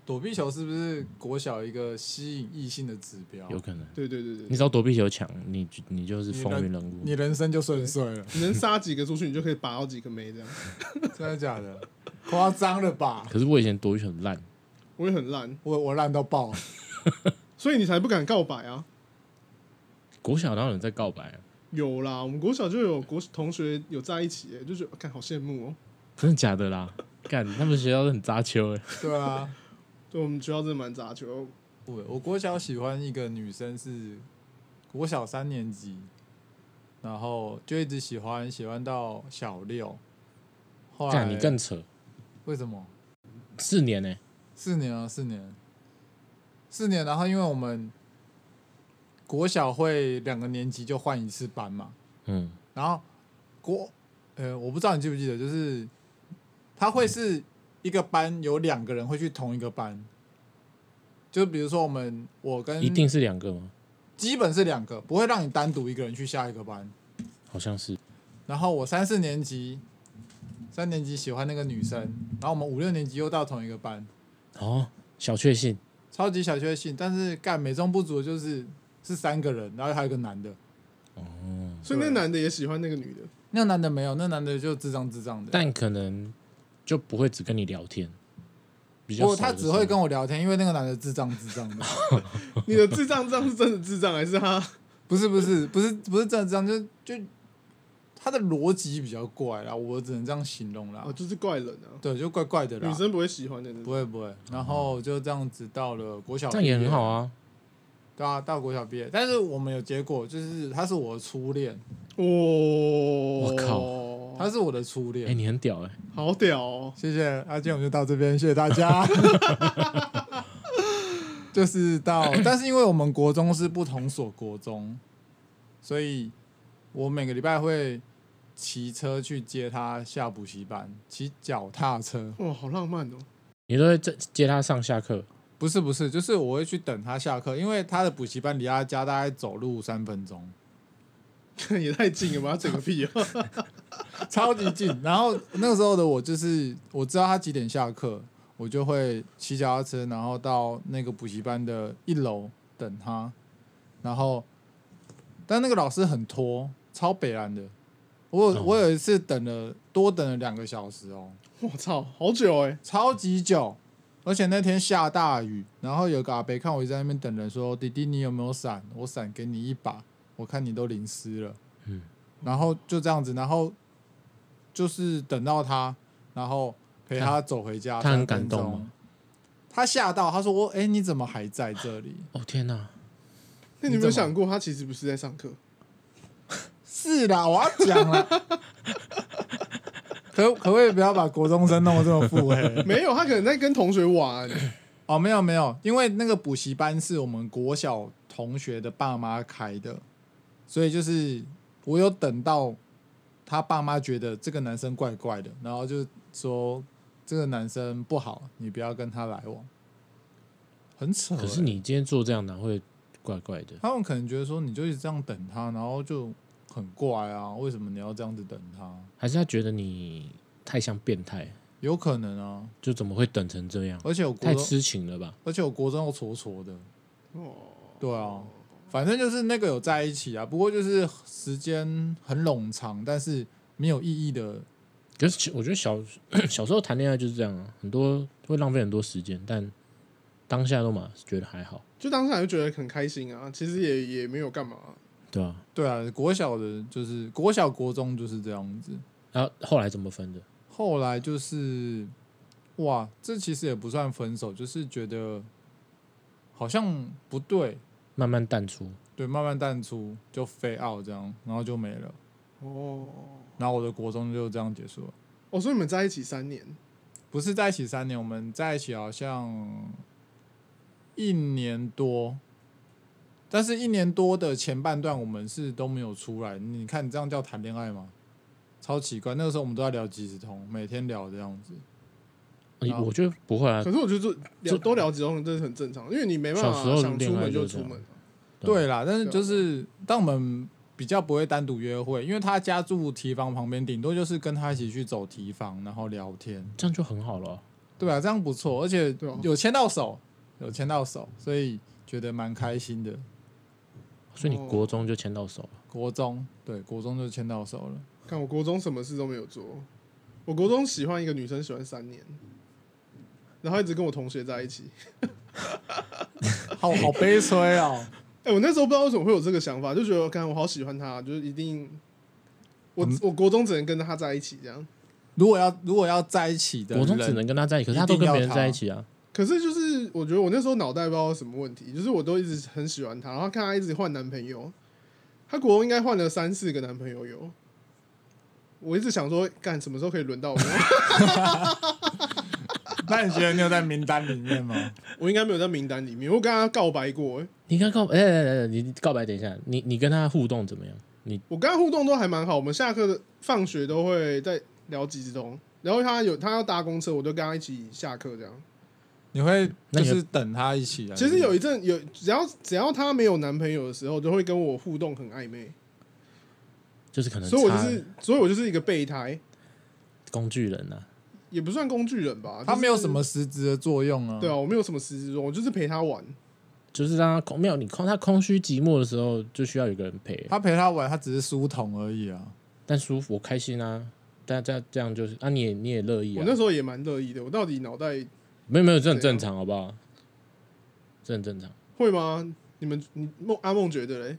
S3: 躲避球是不是国小一个吸引异性的指标？
S1: 有可能，
S2: 对对对对
S1: 你只要躲避球强，你就你就是
S3: 你
S1: 风
S3: 人
S1: 云人物。
S3: 你人生就顺遂了，
S2: 你能杀几个出去，你就可以拔到几个妹这样。
S3: 真的假的？夸张了吧？
S1: 可是我以前躲避球很烂，
S2: 我也很烂，
S3: 我我烂到爆，
S2: 所以你才不敢告白啊？
S1: 国小哪有人在告白啊？
S2: 有啦，我们国小就有国同学有在一起耶，就觉得看好羡慕哦、
S1: 真的假的啦？干，他们学校都很扎秋哎。
S3: 对 [LAUGHS] 啊。
S2: 对，我们学校真的蛮杂球，
S3: 我我国小喜欢一个女生是，国小三年级，然后就一直喜欢，喜欢到小六。后来
S1: 干你更扯，
S3: 为什么？
S1: 四年欸呢、
S3: 四年啊，四年，四年。然后因为我们国小会两个年级就换一次班嘛，
S1: 嗯，
S3: 然后国呃，我不知道你记不记得，就是他会是一个班有两个人会去同一个班，就比如说我们我跟
S1: 一定是两个吗？
S3: 基本是两个，不会让你单独一个人去下一个班。
S1: 好像是，
S3: 然后我三四年级，三年级喜欢那个女生，然后我们五六年级又到同一个班，
S1: 哦，小确幸，
S3: 超级小确幸。但是干美中不足的就是是三个人，然后还有一个男的，
S2: 所以那男的也喜欢那个女的，
S3: 那男的没有，那男的就智障智障的。
S1: 但可能就不会只跟你聊天，比较
S3: 不，
S1: 少
S3: 他
S1: 的
S3: 只
S1: 时
S3: 会
S1: 候
S3: 跟我聊天，因为那个男的智障智障的，
S2: 你的智障这样是真的智障还是他？
S3: 不是不是不是不是真的智障，就就他的逻辑比较怪啦，我只能这样形容啦
S2: 哦，。就是怪人啊，
S3: 对，就怪怪的啦
S2: 女，生不会喜欢的那
S3: 不
S2: 种。
S3: 会不会。然后就这样子到了国小，
S1: 这样也很好。啊。
S3: 对啊，到国小毕业，但是我们有结果，就是他是我的初恋，
S2: 我
S1: 我靠
S3: 他是我的初
S1: 哎、
S3: 恋。
S1: 你很屌哎、
S2: 好屌哦！
S3: 谢谢，那、今天我们就到这边，谢谢大家。 [LAUGHS] 就是到，但是因为我们国中是不同所国中，所以我每个礼拜会骑车去接他下补习班，骑脚踏车。
S2: 哇，好浪漫哦！ [LAUGHS]
S1: 你都会接接他上下课，
S3: 不是不是，就是我会去等他下课，因为他的补习班离他家大概走路三分钟，
S2: 也太近了吧，整个屁哦！
S3: 超级近。然后那个时候的我就是我知道他几点下课，我就会骑脚踏车，然后到那个补习班的一楼等他。然后，但那个老师很拖，超北蓝的。我有
S1: 哦
S3: 我有一次等了多等了两个小时哦，
S2: 我操，好久哎！
S3: 超级久。而且那天下大雨，然后有个阿伯看我一直在那边等人，说：“弟弟，你有没有伞？我伞给你一把，我看你都淋湿了。”
S1: 嗯，
S3: 然后就这样子，然后就是等到他，然后陪他走回家。
S1: 他很
S3: 三分
S1: 感动
S3: 钟
S1: 吗？
S3: 他吓到，他说：“我哎、你怎么还在这里？ [LAUGHS]
S1: 哦天哪、
S2: 那你有没有想过，他其实不是在上课？
S3: 是啦， [LAUGHS] 我要讲了。可可不可以不要把国中生弄得这么腹黑？
S2: 没有，他可能在跟同学玩。
S3: 哦，没有没有，因为那个补习班是我们国小同学的爸妈开的，所以就是我有等到他爸妈觉得这个男生怪怪的，然后就说这个男生不好，你不要跟他来往，很扯欸、
S1: 可是你今天做这样哪会怪怪的？
S3: 他们可能觉得说你就一直这样等他，然后就很怪啊，为什么你要这样子等他？
S1: 还是他觉得你太像变态，
S3: 有可能啊，
S1: 就怎么会等成这样？
S3: 而且我国
S1: 太
S3: 中，
S1: 痴情了吧？
S3: 而且我国中又挫挫的，
S2: 哦，
S3: 对啊，反正就是那个有在一起啊，不过就是时间很冗长，但是没有意义的。
S1: 可是其我觉得小 [COUGHS] 小时候谈恋爱就是这样啊，很多会浪费很多时间，但当下都嘛觉得还好，
S2: 就当下就觉得很开心啊，其实也也没有干嘛。啊
S1: 对吧、
S3: 对啊，国小的就是国小国中就是这样子，
S1: 然后后来怎么分的？
S3: 后来就是哇，这其实也不算分手，就是觉得好像不对，
S1: 慢慢淡出，
S3: 对，慢慢淡出就飞 out 这样，然后就没了。
S2: 哦，
S3: 然后我的国中就这样结束了，
S2: 哦，所以你们在一起三年，
S3: 不是在一起三年，我们在一起好像一年多，但是一年多的前半段我们是都没有出来。你看，你这样叫谈恋爱吗？超奇怪。那个时候我们都在聊即时通，每天聊这样子。
S1: 哎
S3: 啊
S1: 我觉得不会啊
S2: 可，是我觉得这聊都聊几种这是很正常，因为你没办
S1: 小时候
S2: 法想
S1: 恋
S2: 出
S1: 爱
S2: 门
S1: 就
S2: 就
S1: 这
S2: 是出
S1: 样
S2: 门。
S1: 对
S3: 对啦，但是就是当我们比较不会单独约会，因为他家住提防旁边，顶多就是跟他一起去走提防，然后聊天。
S1: 这样就很好了啊、
S3: 对啊，这样不错，而且
S2: 对啊
S3: 有牵到手，有牵到手，所以觉得蛮开心的。
S1: 所以你
S2: 哦
S1: 国中就牵到手了，
S3: 国中，对，国中就牵到手了。 [LAUGHS]
S2: 看我国中什么事都没有做，我国中喜欢一个女生喜欢三年，然后一直跟我同学在一起。
S3: 好好悲催哦！
S2: 哎、我那时候不知道为什么会有这个想法，就觉得看我好喜欢她，就是一定，我、
S3: 嗯
S2: 我国中只能跟她在一起这样。
S3: 如果要如果要在一起的人，
S1: 国中只能跟他在一起，可是他
S3: 一
S1: 都
S3: 定
S1: 跟
S3: 要
S1: 别人
S3: 他
S1: 在一起啊。
S2: 可是就是我觉得我那时候脑袋不知道有什么问题，就是我都一直很喜欢她，然后看她一直换男朋友，她国中应该换了三四个男朋友有。我一直想说，干什么时候可以轮到我？ [LAUGHS]
S3: 那你觉得你有在名单里
S1: [LAUGHS]
S3: 面吗？
S2: 我应该没有在名单里面。我跟她告白过、欸，
S1: 你跟告哎哎哎，哎你告白等一下，你你跟他互动怎么样？你
S2: 我跟她互动都还蛮好。我们下课的放学都会在聊几之中，然后她有她要搭公车，我就跟她一起下课这样。
S3: 你会
S1: 那
S3: 就
S1: 你
S3: 是等他一起来？
S2: 其实有一阵有，只要只要她没有男朋友的时候，就会跟我互动很暧昧，
S1: 就是可能
S2: 所以我就
S1: 差
S2: 是所以我就是一个备胎，
S1: 工具人啊呐、
S2: 也不算工具人吧。
S3: 他
S2: 就是
S3: 没有什么实质的作用啊。
S2: 对啊，我没有什么实质作用，我就是陪她玩。
S1: 就是让他空没有你空他空虚寂寞的时候就需要有个人陪，
S3: 他陪他玩，他只是书童而已啊。
S1: 但舒服我开心啊，但这样这样就是啊你也你也乐意
S2: 我
S1: 啊
S2: 那，时候也蛮乐意的。我到底脑袋
S1: 没有没有这很
S2: 怎
S1: 正
S2: 样
S1: 常好不好？这很正常，
S2: 会吗？你们你梦阿梦觉得嘞？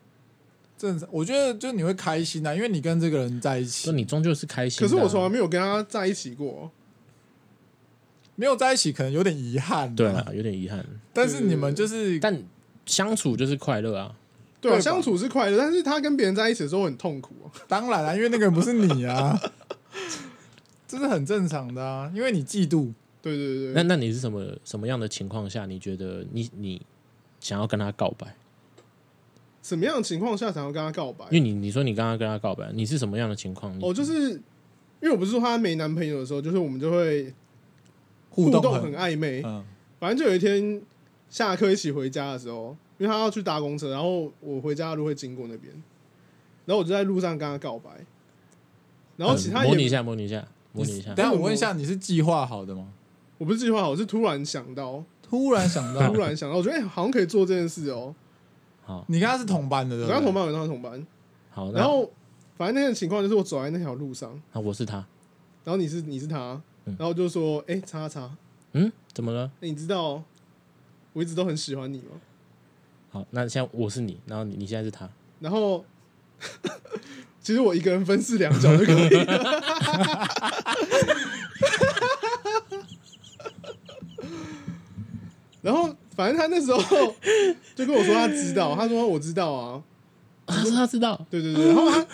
S3: 正常，我觉得就你会开心啊，因为你跟这个人在一
S1: 就
S3: 起，
S1: 你终究是开心、
S2: 可
S1: 的啊
S2: 是我从来没有跟他在一起过。
S3: 没有在一起可能有点遗憾、
S1: 对，啊，有点遗憾，
S3: 但是你们就是
S1: 但相处就是快乐啊，
S2: 对啊，
S3: 对吧
S2: 相处是快乐，但是他跟别人在一起的时候很痛苦、啊。
S3: 当然啦、因为那个人不是
S2: [LAUGHS]
S3: 你啊，这是很正常的啊，因为你嫉妒。
S2: 对对对
S1: 那
S2: 对，
S1: 那你是什么什么样的情况下，你觉得你你想要跟他告白？
S2: 什么样的情况下才要跟他告白
S1: 因？为你你说你刚刚跟他告白，你是什么样的情况？你
S2: 哦，就是因为我不是说她没男朋友的时候，就是我们就会
S3: 互动
S2: 动
S3: 很
S2: 很暧昧。
S3: 嗯，
S2: 反正就有一天下课一起回家的时候，因为她要去搭公车，然后我回家的路会经过那边，然后我就在路上跟她告白，然后其
S1: 嗯
S2: 他
S1: 模拟一
S2: 也、
S1: 下，模拟一下，模拟一下
S3: 等。下我问一下，你是计划好的吗？
S2: 我不是计划好，我是突然想
S1: [LAUGHS]
S2: 到，
S3: 突然想到
S2: [LAUGHS] 突，然想到，我觉得、哎好像可以做这件事哦、
S1: 好
S3: 你跟他是同班的，对
S2: 我跟她
S3: 不对？
S2: 同班，我跟她同班，
S1: 好，那
S2: 然后反正那天的情况就是我走在那条路上，
S1: 好我是他，
S2: 然后你是你是他，
S1: 嗯
S2: 然后就说哎、叉叉，
S1: 嗯，怎么了？
S2: 哎你知道我一直都很喜欢你吗？
S1: 好，那现在我是你，然后你你现在是他， [LAUGHS]
S2: 然后其实我一个人分饰两角就可以了。 [LAUGHS] 然后反正他那时候就跟我说他知道，他说我知道啊，
S1: 他说他知道，
S2: 对对对，然后他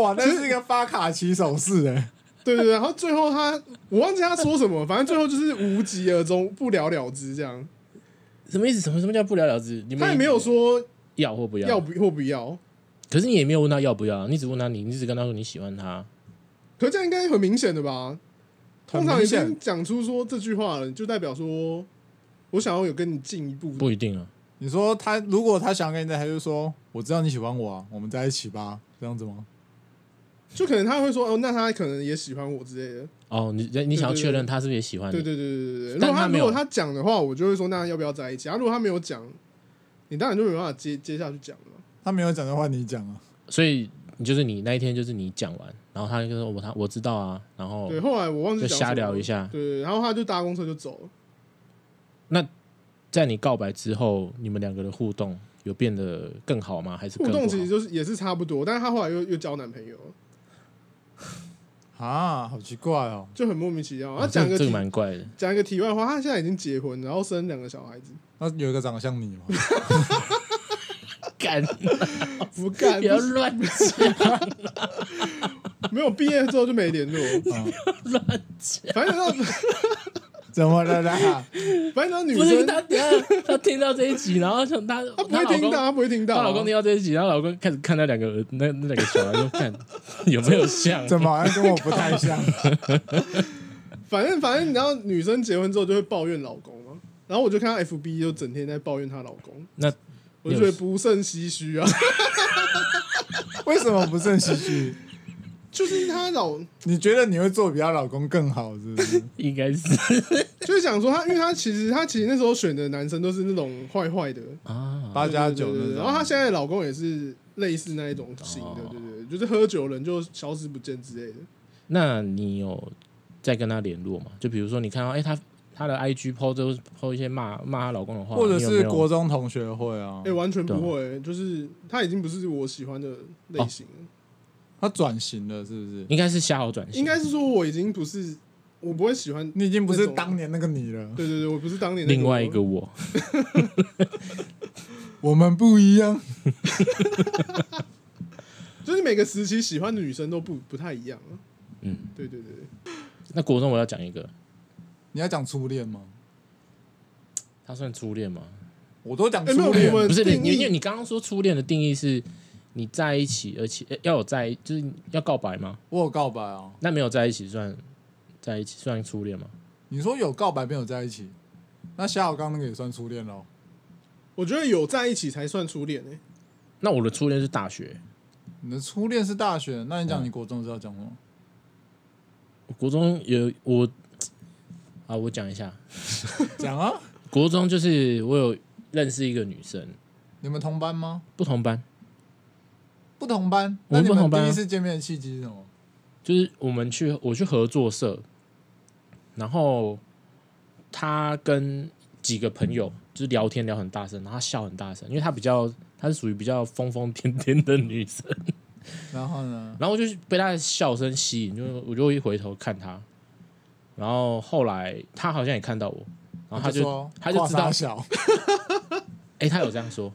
S3: 哇，那是一个发卡起手势哎，
S2: 对对对，然后最后他我忘记他说什么，反正最后就是无疾而终，不了了之这样。
S1: 什么意思？什么什么叫不了了之？你们
S2: 他也没有说
S1: 要或不要，
S2: 要不或不要，
S1: 可是你也没有问他要不要，啊你只问他你，你只跟他说你喜欢他，
S2: 可这样应该很明显的吧？
S3: 很
S2: 通常已
S3: 明
S2: 经
S3: 显。
S2: 讲出说这句话了，就代表说我想要有跟你进一步
S1: 不一定啊。
S3: 你说他如果他想跟你在，他就说我知道你喜欢我啊，我们在一起吧，这样子吗？
S2: 就可能他会说哦，那他可能也喜欢我之类的。
S1: 哦，你你想要确认他是不是也喜欢
S2: 对
S1: 啊你？
S2: 对对对对对。如
S1: 但
S2: 果
S1: 他没
S2: 如
S1: 有
S2: 果他讲的话，我就会说那要不要在一起？啊，如果他没有讲，你当然就没办法接接下去讲了嘛。
S3: 他没有讲的话，你讲啊。
S1: 所以你就是你那一天就是你讲完，然后他就说我他我知道啊，然后
S2: 对，后来我忘记
S1: 就
S2: 讲什么
S1: 瞎聊一。下。
S2: 对对，对然后他就搭公车就走了。
S1: 在你告白之后，你们两个的互动有变得更好吗？还是
S2: 互
S1: 更不好
S2: 动其实就是也是差不多，但是他后来又又交男朋友了，
S3: 啊，好奇怪哦！
S2: 就很莫名其妙。
S1: 哦
S2: 他
S1: 这
S2: 啊讲
S1: 个
S2: 个
S1: 这个
S2: 题
S1: 蛮
S2: [LAUGHS]
S1: 怪的。
S2: 讲一个题外话，他现在已经结婚，然后生两个小孩子，
S3: 那有一个长得像你吗？ [LAUGHS]
S1: 干，
S2: 啊不
S1: [LAUGHS]
S2: 干
S1: 不要乱讲， [LAUGHS]
S2: 没有毕业之后就
S1: [LAUGHS]
S2: 没联络。
S1: 哦
S3: 啊，
S2: 反正那
S3: 怎么了啦？
S2: 反正那女
S1: 不是
S2: 生
S1: 他，等一下他听到这一集，然后想他
S2: 她
S1: 他
S2: 不会听到，她不会听到
S1: 她
S2: 啊。
S1: 老公听到这一集，然后老公开始看那两个儿那那两个小孩，就
S2: [LAUGHS]
S1: 看有没有像。
S3: 怎么好像跟我不太像？ [LAUGHS]
S2: 反正反正，然后女生结婚之后就会抱怨老公嘛，然后我就看到 FB 就整天在抱怨她老公，
S1: 那
S2: 我就觉得不胜唏嘘啊。
S3: 为什么不胜唏嘘？
S2: 就是她老，
S3: 你觉得你会做比她老公更好，
S2: [LAUGHS]
S3: 是不是？
S1: 应该是
S2: 就是想说她，因为她其实她其实那时候选的男生都是那种坏坏的，
S1: 啊，
S3: 八加九
S2: 对对
S3: 那
S2: 对
S3: 种。
S2: 然后她现在的老公也是类似那一种型的，
S1: 哦
S2: 对对对，就是喝酒人就消失不见之类的。
S1: 那你有再跟他联络吗？就比如说你看到哎、诶他他的 IG 抛都抛一些骂骂她老公的话，
S3: 或者
S1: 你有没
S3: 是
S1: 有
S3: 国中同学会啊
S2: 哎、，完全不
S1: 对
S2: 会、就是她已经不是我喜欢的类型了，
S3: 他转型了，是不是？
S1: 应该是瞎好转型，
S2: 应该是说我已经不是，我不会喜欢。
S3: 你已经不是当年那个你了，
S2: 对对对，我不是当年那
S1: 另外一个我。
S3: 我们不一样。
S2: 就是每个时期喜欢的女生都不不太一样啊。
S1: 嗯，
S2: 对对对对，
S1: 那国中我要讲一个，
S3: 你要讲初恋吗？
S1: 他算初恋吗？
S3: 我都讲
S2: 哎没有
S3: 嗯初恋
S2: 我们
S3: 了，
S1: 不是，
S2: 定
S1: 你
S2: 义
S1: 因为你刚刚说初恋的定义是你在一起，而且呃要有在，就是要告白吗？
S3: 我有告白啊。
S1: 那没有在一起算在一起算初恋吗？
S3: 你说有告白没有在一起？那夏小刚那个也算初恋喽？
S2: 我觉得有在一起才算初恋欸诶、
S1: 那我的初恋是大学，
S3: 你的初恋是大学，那你讲你国中是要讲什么？
S1: 我国中有我啊，我讲一下，
S3: 讲啊，
S1: 国中就是我有认识一个女生，
S3: 你们同班吗？
S1: 不同班，
S3: 不同班，
S1: 我
S3: 那
S1: 们
S3: 你
S1: 不同
S3: 们
S1: 班啊
S3: 第一次见面的契机是什么？
S1: 就是我们去我去合作社，然后他跟几个朋友就是聊天聊很大声，然后她笑很大声，因为她比较她是属于比较疯疯癫癫的女生，
S3: 然后呢？
S1: 然后我就是被她的笑声吸引，就我就一回头看她，然后后来她好像也看到我，然后她就
S3: 说
S1: 她就知
S3: 跨
S1: 道
S3: 大，小，
S1: 哎、她有这样说，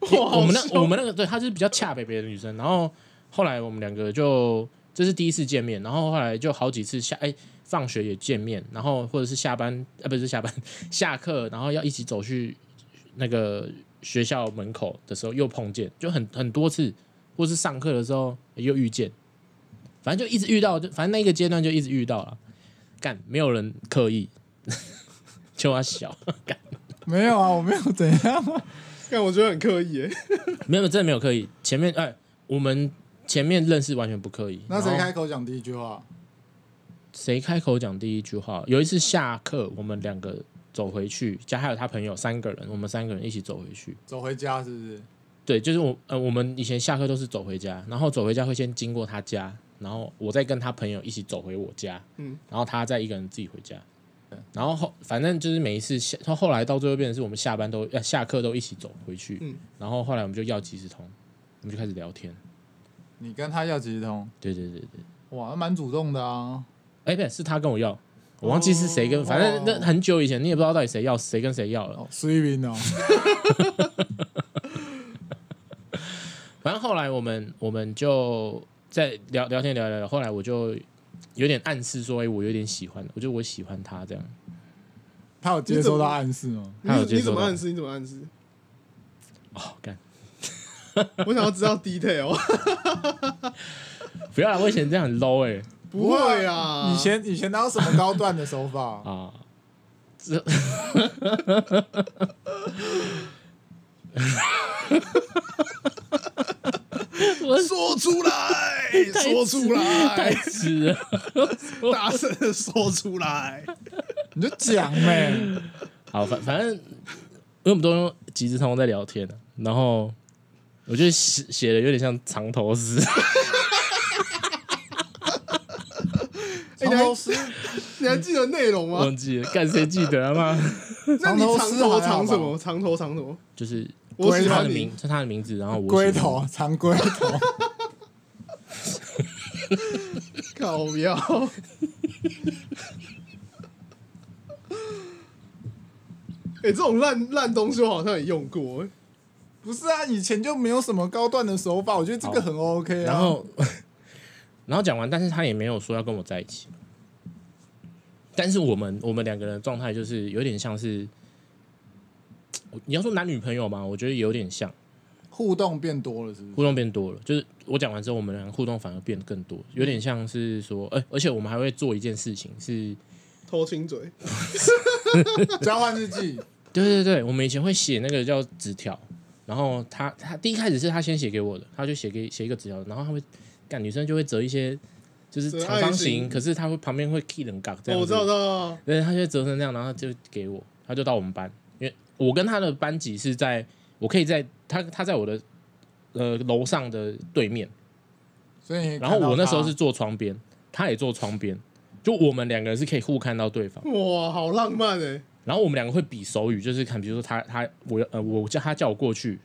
S2: 欸。哇，
S1: 我们
S2: 好
S1: 那
S2: 笑
S1: 我们那个对，她就是比较恰北北的女生。然后后来我们两个就这是第一次见面，然后后来就好几次下哎、放学也见面，然后或者是下班呃不是下班 [LAUGHS] 下课，然后要一起走去那个学校门口的时候又碰见，就很很多次，或是上课的时候又遇见，反正就一直遇到，就反正那个阶段就一直遇到了，干没有人刻意。 [LAUGHS] 就他小，干
S3: [LAUGHS] 没有啊，我没有怎样啊，
S2: 但我觉得很刻意诶、欸
S1: 没有，真的没有刻意。前面哎，我们前面认识完全不刻意。
S3: 那谁
S1: 然后
S3: 开口讲第一句话？
S1: 谁开口讲第一句话？有一次下课，我们两个走回去，加还有他朋友三个人，我们三个人一起走回去。
S3: 走回家是不是？
S1: 对，就是我呃，我们以前下课都是走回家，然后走回家会先经过他家，然后我再跟他朋友一起走回我家，
S2: 嗯，
S1: 然后他再一个人自己回家。然后后反正就是每一次下，他后来到最后变成是我们下班都呃下课都一起走回去，
S2: 嗯
S1: 然后后来我们就要即时通，我们就开始聊天。
S3: 你跟他要几时通？
S1: 对对对对，
S3: 哇，蛮主动的啊。
S1: 哎，不是是他跟我要，我忘记是谁跟，反正那很久以前你也不知道到底谁要谁跟谁要了。
S3: 哦，水云哦，
S1: 反正后来我们我们就在聊聊天聊聊聊，后来我就有点暗示说，哎、我有点喜欢，我就我喜欢他这样。
S3: 他有接收到暗示吗？
S1: 他有
S2: 你你
S1: 接
S2: 怎
S1: 受
S2: 么
S1: 到
S2: 暗示？你怎么暗示？
S1: 哦，干，
S2: [LAUGHS] 我想要知道
S1: [LAUGHS]
S2: detail。
S1: 不要啦，我以前这样很 low 哎、
S2: 不会啊，
S1: 呃
S3: 以前以前哪有什么高段的手法？
S1: 啊，
S2: 说出来，
S1: [LAUGHS] 太
S2: 说出来
S1: 太，迟了。
S2: 大声的说出来。
S3: 你就讲
S1: 哎
S3: 呗。
S1: [LAUGHS] 好，反反正因为我们都用即时通在聊天、啊、然后我就写写的有点像藏头诗，
S3: 长头诗，
S2: 你还记得内容吗？
S1: 忘记了，干谁记得啊妈？
S2: 那你
S3: 长头
S2: 长
S3: 丝还
S2: 头
S3: 好吧
S2: 长什么？长头长什么？
S1: 就是
S2: 我
S1: 是
S2: 喜
S1: 他
S2: 欢
S1: 的
S2: 你
S1: 名，。是他的名字，然后我
S3: 龟
S1: 喜欢
S3: 头，长龟头。 [LAUGHS]
S2: 靠腰， [LAUGHS] 哎、这种烂烂东西我好像也用过、欸，
S3: 不是啊，以前就没有什么高段的手法，我觉得这个很 OK 啊。
S1: 然后， [LAUGHS] 然后讲完，但是他也没有说要跟我在一起。但是我们我们两个人的状态就是有点像是，我你要说男女朋友嘛，我觉得有点像，
S3: 互动变多了，是不是？
S1: 互动变多了。就是我讲完之后，我们两个互动反而变得更多，有点像是说，哎、而且我们还会做一件事情是，
S2: 偷亲嘴，
S3: 交换日记，
S1: 对对对，我们以前会写那个叫纸条，然后他他第一开始是他先写给我的，他就写给写一个纸条，然后他会干女生就会折一些就是
S2: 折
S1: 长
S2: 爱
S1: 方
S2: 心
S1: 形，可是他会旁边会 key 人杠这
S2: 哦
S1: 样
S2: 我
S1: 子
S2: 知道，我知道，
S1: 对，他就折成那样，然后就给我，他就到我们班，因为我跟他的班级是在，我可以在他他在我的呃楼上的对面，
S3: 所以你
S1: 然后我那时候
S3: 看
S1: 是
S3: 到
S1: 坐窗边，他也坐窗边，就我们两个人是可以互看到对方，
S2: 哇，好浪漫哎、欸！
S1: 然后我们两个会比手语，就是看，比如说他他我呃我叫他叫我过去，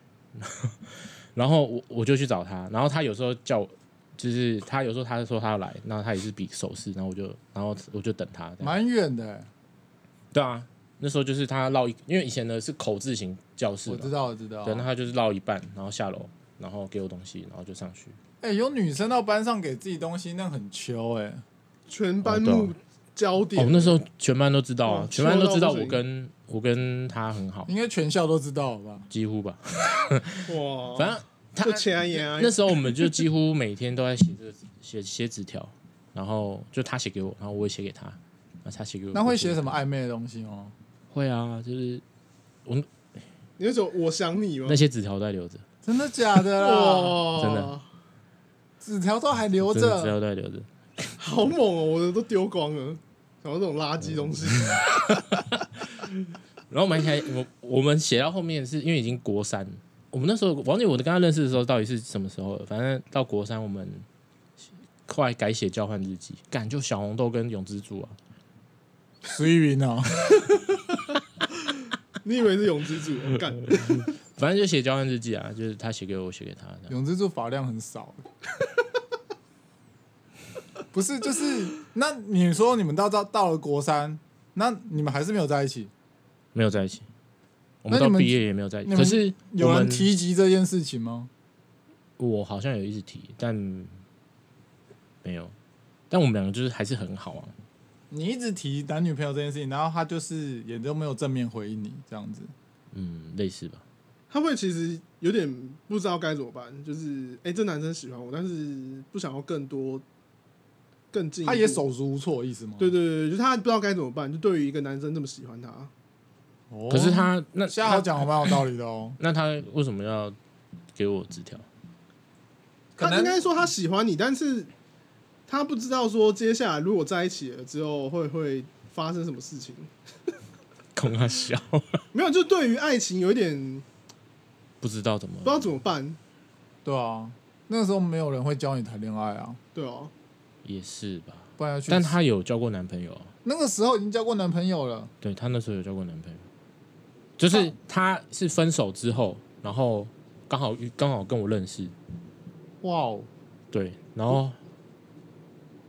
S1: 然后我我就去找他，然后他有时候叫我。就是他有时候他说他要来，然后他也是比手势，然后我就然后我就等他。这样
S3: 他蛮远的欸，
S1: 对啊，那时候就是他绕一，因为以前呢是口字形教室啊
S3: 我
S1: 嘛
S3: 知，道，我知道。
S1: 对，那他就是绕一半，然后下楼，然后给我东西，然后就上去。
S3: 哎、有女生到班上给自己东西，那很秋哎、
S2: 全班
S1: 哦对啊
S2: 目焦点。
S1: 哦，那时候全班都知道啊
S2: 嗯，
S1: 全班都知道
S2: 说到不
S1: 我
S2: 行
S1: 跟我跟他很好，
S3: 应该全校都知道吧？
S1: 几乎吧，
S2: 哇，
S1: 哦反正他
S2: 就前言啊，
S1: 那时候我们就几乎每天都在写这个写写纸条，然后就他写给我，然后我也写给他，然后他写给我。
S3: 那会写
S1: 么？
S3: 什么暧昧的东西吗？
S1: 会啊，就是
S2: 你就说我想你吗
S1: 那？些纸条都在留着，
S3: 真的假的
S1: [LAUGHS]
S3: 啦？
S2: 哇，
S1: 啊真的
S3: 纸条都还留
S1: 真的纸
S3: 着，
S1: 条都在留着。
S2: 好猛哦，我的都丢光了，然后这种垃圾东
S1: [LAUGHS]
S2: 西，
S1: 然后我们还我我们写到后面是因为已经国三，我们那时候王姐我跟他认识的时候到底是什么时候了？反正到国三我们快改写交换日记，感就小红豆跟永之助啊，
S3: 随云哦。
S2: 你以为是永之助？我干，
S1: 反正就写交换日记啊，就是他写给我，我写给他这样。
S3: 永之助发量很少。 [LAUGHS] 不是，就是那你说你们到到到了国三，那你们还是没有在一起？
S1: 没有在一起。我
S3: 那
S1: 们
S3: 你
S1: 到
S3: 们
S1: 毕业也没有在一
S3: 你
S1: 起，
S3: 们
S1: 可是
S3: 有
S1: 我
S3: 人
S1: 们
S3: 提及这件事情吗？
S1: 我好像有一直提，但没有。但我们两个就是还是很好啊。
S3: 你一直提男女朋友这件事情，然后他就是也都没有正面回应你这样子。
S1: 嗯，类似吧。
S2: 他会其实有点不知道该怎么办，就是哎、诶这男生喜欢我，但是不想要更多更进一步，
S3: 他也手足无措，意思吗？
S2: 对对对，就是他不知道该怎么办，就对于一个男生这么喜欢他，
S3: 哦
S1: 可是他那
S3: 现在好
S1: 他
S3: 讲，蛮有道理的哦。
S1: 那他为什么要给我纸条？
S3: 可
S2: 他应
S3: 能
S2: 该说他喜欢你，但是他不知道说接下来如果在一起了之后会会发生什么事情。
S1: 恐他笑， [LAUGHS]
S2: 没有，就对于爱情有一点
S1: 不知道怎
S2: 不知道
S1: 么
S2: 怎么办，
S3: 对啊，那个时候没有人会教你谈恋爱啊，
S2: 对哦、
S1: 也是吧。
S3: 不然要去。
S1: 但他有交过男朋友啊，
S3: 那个时候已经交过男朋友了，
S1: 对他那时候有交过男朋友，
S2: 哦
S1: 就是他是分手之后，然后刚好遇刚好跟我认识，
S3: 哇哦！
S1: 对，然后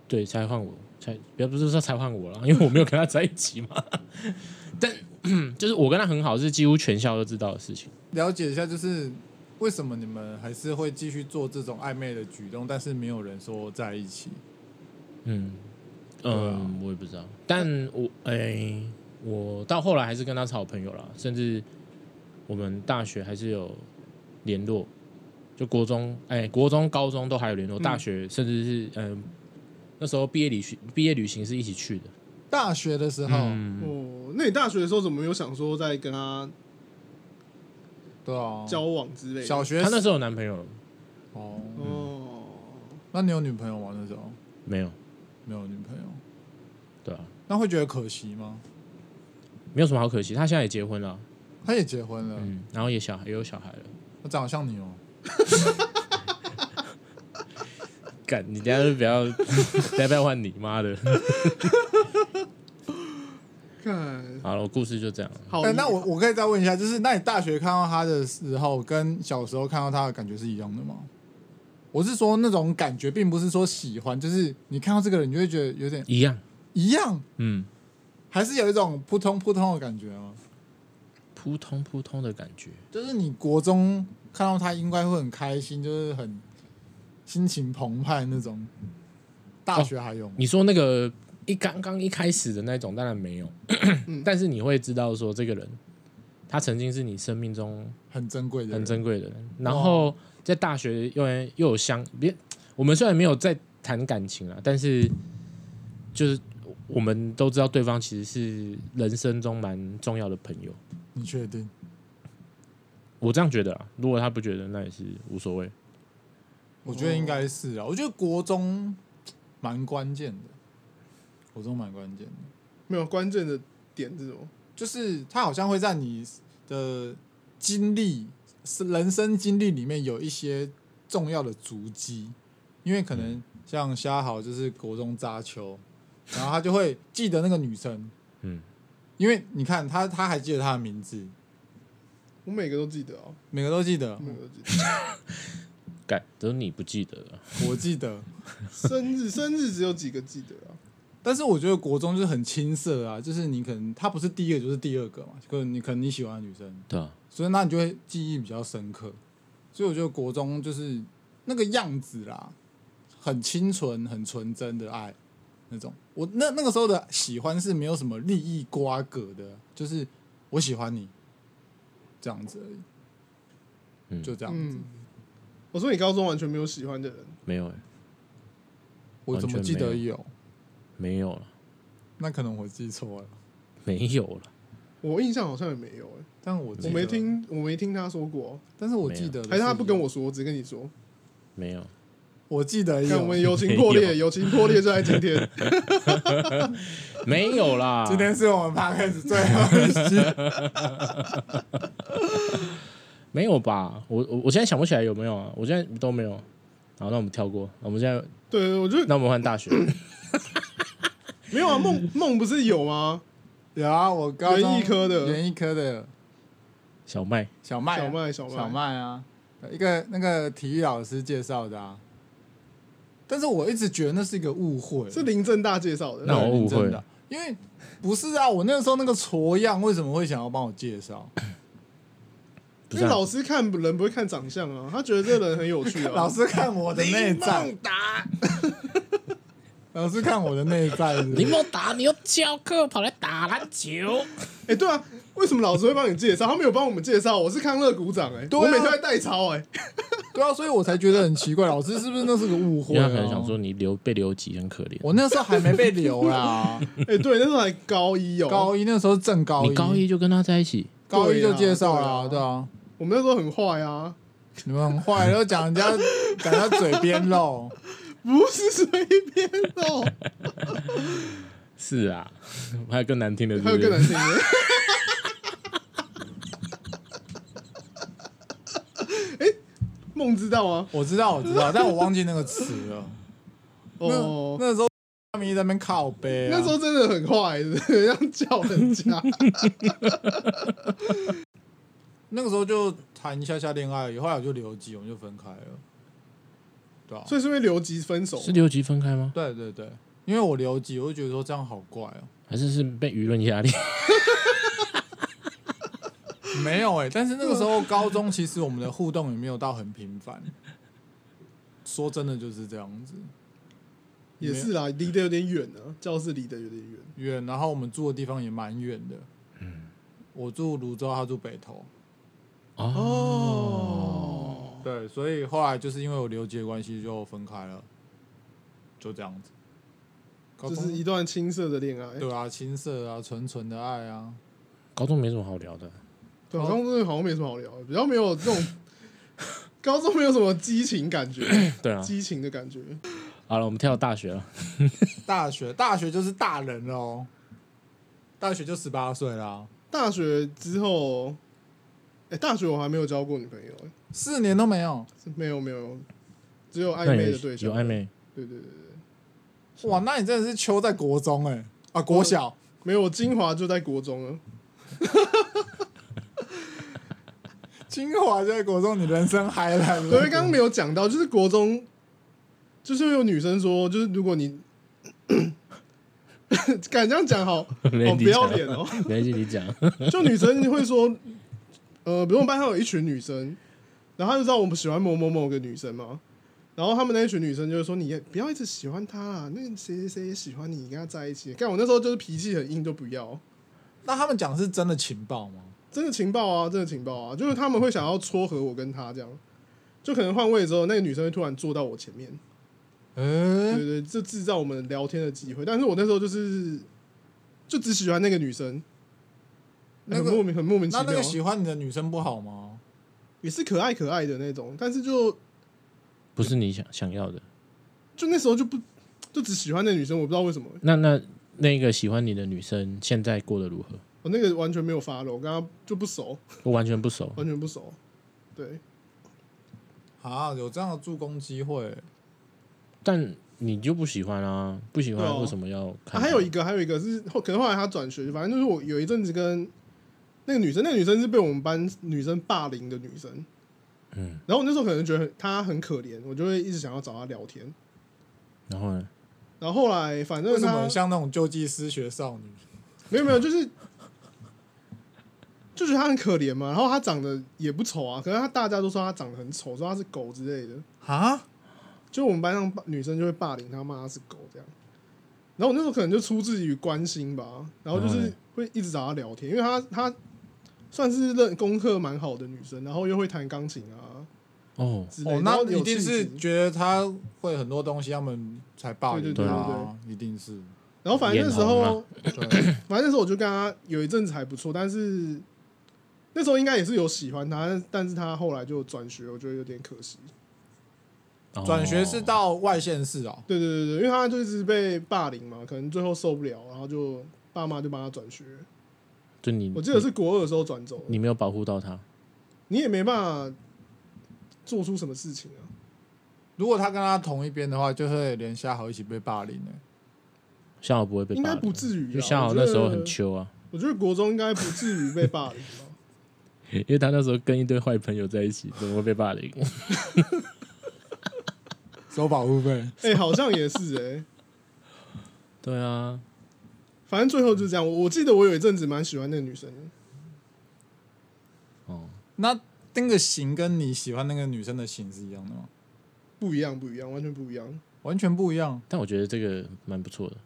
S1: 对才换我，才不要不是说才换我了，因为我没有跟他在一起嘛。 [LAUGHS] 但就是我跟他很好，是几乎全校都知道的事情。
S3: 了解一下，就是为什么你们还是会继续做这种暧昧的举动，但是没有人说在一起？
S1: 嗯
S3: 对
S1: 嗯，
S3: 啊
S1: 我也不知道，但我哎、我到后来还是跟他是好朋友啦，甚至我们大学还是有联络，就国中哎、国中、高中都还有联络，
S2: 嗯
S1: 大学甚至是嗯、那时候毕业旅行，毕业旅行是一起去的。
S3: 大学的时候，
S1: 嗯，
S2: 哦，那你大学的时候怎么没有想说再跟他
S3: 对啊，
S2: 交往之类的？
S3: 小学
S1: 她那时候有男朋友了吗
S3: 哦，
S2: 哦，
S3: 那你有女朋友吗？那时候
S1: 没有？
S3: 没有女朋友，
S1: 对啊，
S3: 那会觉得可惜吗？
S1: 没有什么好可惜，他现在也结婚了，
S3: 他也结婚了，
S1: 嗯，然后也小孩也有小孩了。
S3: 他长得像你哦。
S1: 干，你等下就不 [LAUGHS] 要，等下不要换你妈的。
S2: 看，
S1: 好了，我故事就这样了。
S2: 好，
S3: 哎、那我我可以再问一下，就是那你大学看到他的时候，跟小时候看到他的感觉是一样的吗？我是说那种感觉，并不是说喜欢，就是你看到这个人，你就会觉得有点
S1: 一样，
S3: 一样，
S1: 嗯，
S3: 还是有一种扑通扑通的感觉吗？
S1: 扑通扑通的感觉。
S3: 就是你国中看到他，应该会很开心，就是很心情澎湃那种。大学还有吗？
S1: 你说那个一刚刚一开始的那种，当然没有，
S2: 嗯
S1: 但是你会知道说这个人，他曾经是你生命中
S3: 很珍贵的人，
S1: 很珍贵的人。然后在大学又又有相别，我们虽然没有在谈感情啊，但是就是我们都知道对方其实是人生中蛮重要的朋友。
S3: 你确定？
S1: 我这样觉得啊，如果他不觉得，那也是无所谓。
S3: 我觉得应该是啊。我觉得国中蛮关键的，国中蛮关键的，
S2: 没有关键的点是什么？
S3: 就是他好像会在你的经历、是人生经历里面有一些重要的足迹，因为可能像虾好就是国中扎秋，然后他就会记得那个女生，
S1: 嗯，
S3: 因为你看他他还记得她的名字，
S2: 我每个都记得哦，
S3: 每个都记得
S2: 我，每个都记得。
S1: 改只有你不记得了，
S3: 我记得。
S2: 生日 [LAUGHS] 生日只有几个记得啊？
S3: 但是我觉得国中就是很青涩啊，就是你可能她不是第一个就是第二个嘛，可能你可能你喜欢的女生，
S1: 对啊，
S3: 所以那你就会记忆比较深刻。所以我觉得国中就是那个样子啦，很清纯、很纯真的爱那种。我那那个时候的喜欢是没有什么利益瓜葛的，就是我喜欢你这样子而已，
S1: 嗯，
S3: 就这样。
S2: 嗯，我说你高中完全没有喜欢的人，
S1: 没有、欸，
S3: 我怎么记得有？
S1: 没有了，
S3: 那可能我记错了，
S1: 没有了，
S2: 我印象好像也没有哎、
S3: 但我记得
S2: 我没，听，我没听他说过，啊
S3: 但是我记得的
S2: 还是他不跟
S3: 有
S2: 我说，我只跟你说。
S1: 没
S3: [LAUGHS]
S1: 有。
S3: 我记得
S2: 看我
S3: 哎有
S2: 们。友情破
S3: [LAUGHS]
S2: 裂，友情破裂就在今天。
S1: 没有啦，
S3: 今天是我们 p o d c a s 最后一期，
S1: 没有吧？我我我现在想不起来有没有啊？我现在都没有。好，那我们跳过。我们现在，
S2: 对，我就
S1: 那我们换
S3: [LAUGHS]
S1: 大学。
S2: 没有啊，梦梦不是有吗？
S3: [LAUGHS] 有啊，我高中
S2: 园艺科的
S3: 园艺科的
S1: 小麦，
S3: 小麦啊，
S2: 小麦，小麦，
S3: 小麦啊，一个那个体育老师介绍的啊。但是我一直觉得那是一个误会，
S2: 是林正大介绍的。
S1: 那我误会
S3: 真的，因为不是啊，我那个时候那个挫样，为什么会想要帮我介绍？
S1: 不
S2: 因
S1: 是、啊、
S2: 为老师看人不会看长相啊，他觉得这个人很有趣啊。
S3: [LAUGHS] 老师看我的内在，
S1: 达，
S3: 老师看我的内在是
S1: [LAUGHS]
S3: 不
S1: 林
S3: 是，
S1: 梦达，你又翘课跑来打篮球， [LAUGHS]
S2: 哎、对啊，为什么老师会帮你介绍？他没有帮我们介绍，我是康乐鼓掌哎、
S3: 对啊
S2: 我每天在代操哎、
S3: 对啊，所以我才觉得很奇怪，老师是不是那是个误
S1: 因
S3: 会、
S1: 为
S3: 啊？
S1: 他可能想说，你留被留级很可怜。
S3: 我那时候还没被留啦，
S2: 哎、对，那时候还高一哦、
S3: 高一那时候正高一，
S1: 你高一就跟他在一起，
S3: 高一就介绍
S2: 对
S3: 啦，
S2: 啊
S3: 对啊，
S2: 我们那时候很坏啊，
S3: 你们很坏，都讲人家讲人家嘴边肉，
S2: 不是随便哦、
S1: 是啊， [LAUGHS] 还有更难听的是不
S2: 还
S1: 是
S2: 有更难听的。 [LAUGHS] 哎梦知道啊，
S3: 我知道我知
S2: [LAUGHS]
S3: 道，但我忘记那个词了。
S2: 哦，
S3: 那那时候他们一直在那边靠背、啊，
S2: 那时候真的很坏， [LAUGHS] 这样叫人家。
S3: 那个时候就谈一下下恋爱，以后来我就留级，我们就分开了，对啊，
S2: 所以是因为留级分手，
S1: 是留级分开吗？
S3: 对对对，因为我留级，我就觉得说这样好怪哦、
S1: 还是是被舆论
S2: [LAUGHS]
S1: 压力？
S3: 没有哎、但是那个时候高中其实我们的互动也没有到很频繁，说真的就是这样子，
S2: 也是啦，离得有点远啊，教室离得有点远。
S3: 远，然后我们住的地方也蛮远的，
S2: 嗯
S3: 我住泸州，他住北投，
S1: 哦，
S3: 对，所以后来就是因为我留级的关系就分开了，就这样子，高
S2: 就
S3: 中
S2: 是一段青涩的恋爱。
S3: 对啊，青涩啊，纯纯的爱啊。
S1: 高中没什么好聊的，
S2: 对，高中真的好像没什么好聊的，比较没有这种高中没有什么激情感觉，
S1: [LAUGHS] 对啊。
S2: 激情的感觉。
S1: 好了，我们跳到大学了。
S3: 大学，大学就是大人喽，大学就十八岁啊啦，
S2: 大学之后，哎、大学我还没有交过女朋友、哎
S3: 四年都没有。
S2: 是没有没有，只有暧
S1: 那
S2: 昧
S1: 你
S2: 的对象，
S1: 有暧啊昧？
S2: 对对对对，
S3: 哇，那你真的是秋在国中哎、啊，国小
S2: 没有，我精华就在国中
S1: [LAUGHS]
S2: 了。
S3: 清华就在国中，你人生嗨了。
S2: 对，因为刚刚没有讲到，就是国中，就是有女生说，就是如果你 [COUGHS] 敢这样讲好，好
S1: [LAUGHS] 没
S2: 不要脸哦、
S1: 没关系，你讲。 [LAUGHS]
S2: 就女生会说，呃，比如我们班上有一群女生，然后她就知道我们喜欢某某某个女生嘛，然后他们那一群女生就会说，你也不要一直喜欢她啦，那个谁谁谁也喜欢你，你跟她在一起。干，我那时候就是脾气很硬，就不要。
S3: 那他们讲是真的情报吗？
S2: 真的情报啊，真的情报啊，就是他们会想要撮合我跟她这样，就可能换位之后，那个女生会突然坐到我前面，
S3: 嗯、
S2: 对对，这制造我们聊天的机会。但是我那时候就是就只喜欢那个女生，
S3: 那个
S2: 很莫名很莫名其
S3: 那那
S2: 妙
S3: 个，喜欢你的女生不好吗？
S2: 也是可爱可爱的那种，但是就
S1: 不是你想想要的。
S2: 就那时候就不就只喜欢那女生，我不知道为什么，
S1: 那那那个喜欢你的女生现在过得如何？
S2: 我那个完全没有发了，我跟她就不熟，
S1: 我完全不熟。
S2: 完全不熟，对，
S3: 啊，有这样的助攻机会、
S1: 但你就不喜欢啊？不喜
S2: 对啊
S1: 欢为什么要
S2: 啊、
S1: 看？
S2: 还有一个，还有一个是后，可能后来他转学，反正就是我有一阵子跟那个女生，那个女生是被我们班女生霸凌的女生，
S1: 嗯，
S2: 然后我那时候可能觉得她很可怜，我就会一直想要找她聊天。
S1: 然后呢？
S2: 然后后来反正
S3: 为什
S2: 她
S3: 么像那种救济失学少女？
S2: 没有没有，就是就觉得他很可怜嘛。然后他长得也不丑啊，可是他大家都说他长得很丑，说他是狗之类的。
S3: 啊，
S2: 就我们班上女生就会霸凌他，骂他是狗这样。然后我那时候可能就出自于关心吧，然后就是
S1: 嗯
S2: 会一直找他聊天，因为他他算是认功课蛮好的女生，然后又会弹钢琴啊
S1: 哦，
S2: 之类的
S3: 哦，，
S2: 然
S3: 那
S2: 后有
S3: 一定
S2: 气
S3: 是
S2: 质
S3: 觉得他会很多东西，他们才霸凌
S2: 对
S1: 对
S3: 他，一定是。
S2: 然后反正那时
S1: 眼红
S3: 啊
S2: 候，
S3: 对，
S2: 反正那时候我就跟他有一阵子还不错，但是那时候应该也是有喜欢他，但但是他后来就转学，我觉得有点可惜。
S1: 哦
S3: 转学是到外县市哦，
S2: 对对对对，因为他就一直被霸凌嘛，可能最后受不了，然后就爸妈就帮他转学。
S1: 就你，
S2: 我记得是国二的时候转走的，
S1: 你没有保护到他，
S2: 你也没办法做出什么事情啊。
S3: 如果他跟他同一边的话，就会连夏豪一起被霸凌的。
S1: 夏豪不会被霸
S2: 应
S1: 凌，
S2: 该不至于啊
S1: 因为夏豪
S2: 我觉
S1: 那
S2: 得
S1: 时候很秋啊，
S2: 我觉得国中应该不至于被霸凌吧。
S1: 因为他那时候跟一堆坏朋友在一起，怎么会被霸凌？
S3: 收保护费，
S2: 哎、好像也是哎、
S1: 对啊，
S2: 反正最后就是这样。我我记得我有一阵子蛮喜欢那个女生的，
S1: 哦，
S3: 那那个型跟你喜欢那个女生的型是一样的吗？
S2: 不一样，不一样，完全不一样。
S3: 完全不一样。
S1: 但我觉得这个蛮不错的。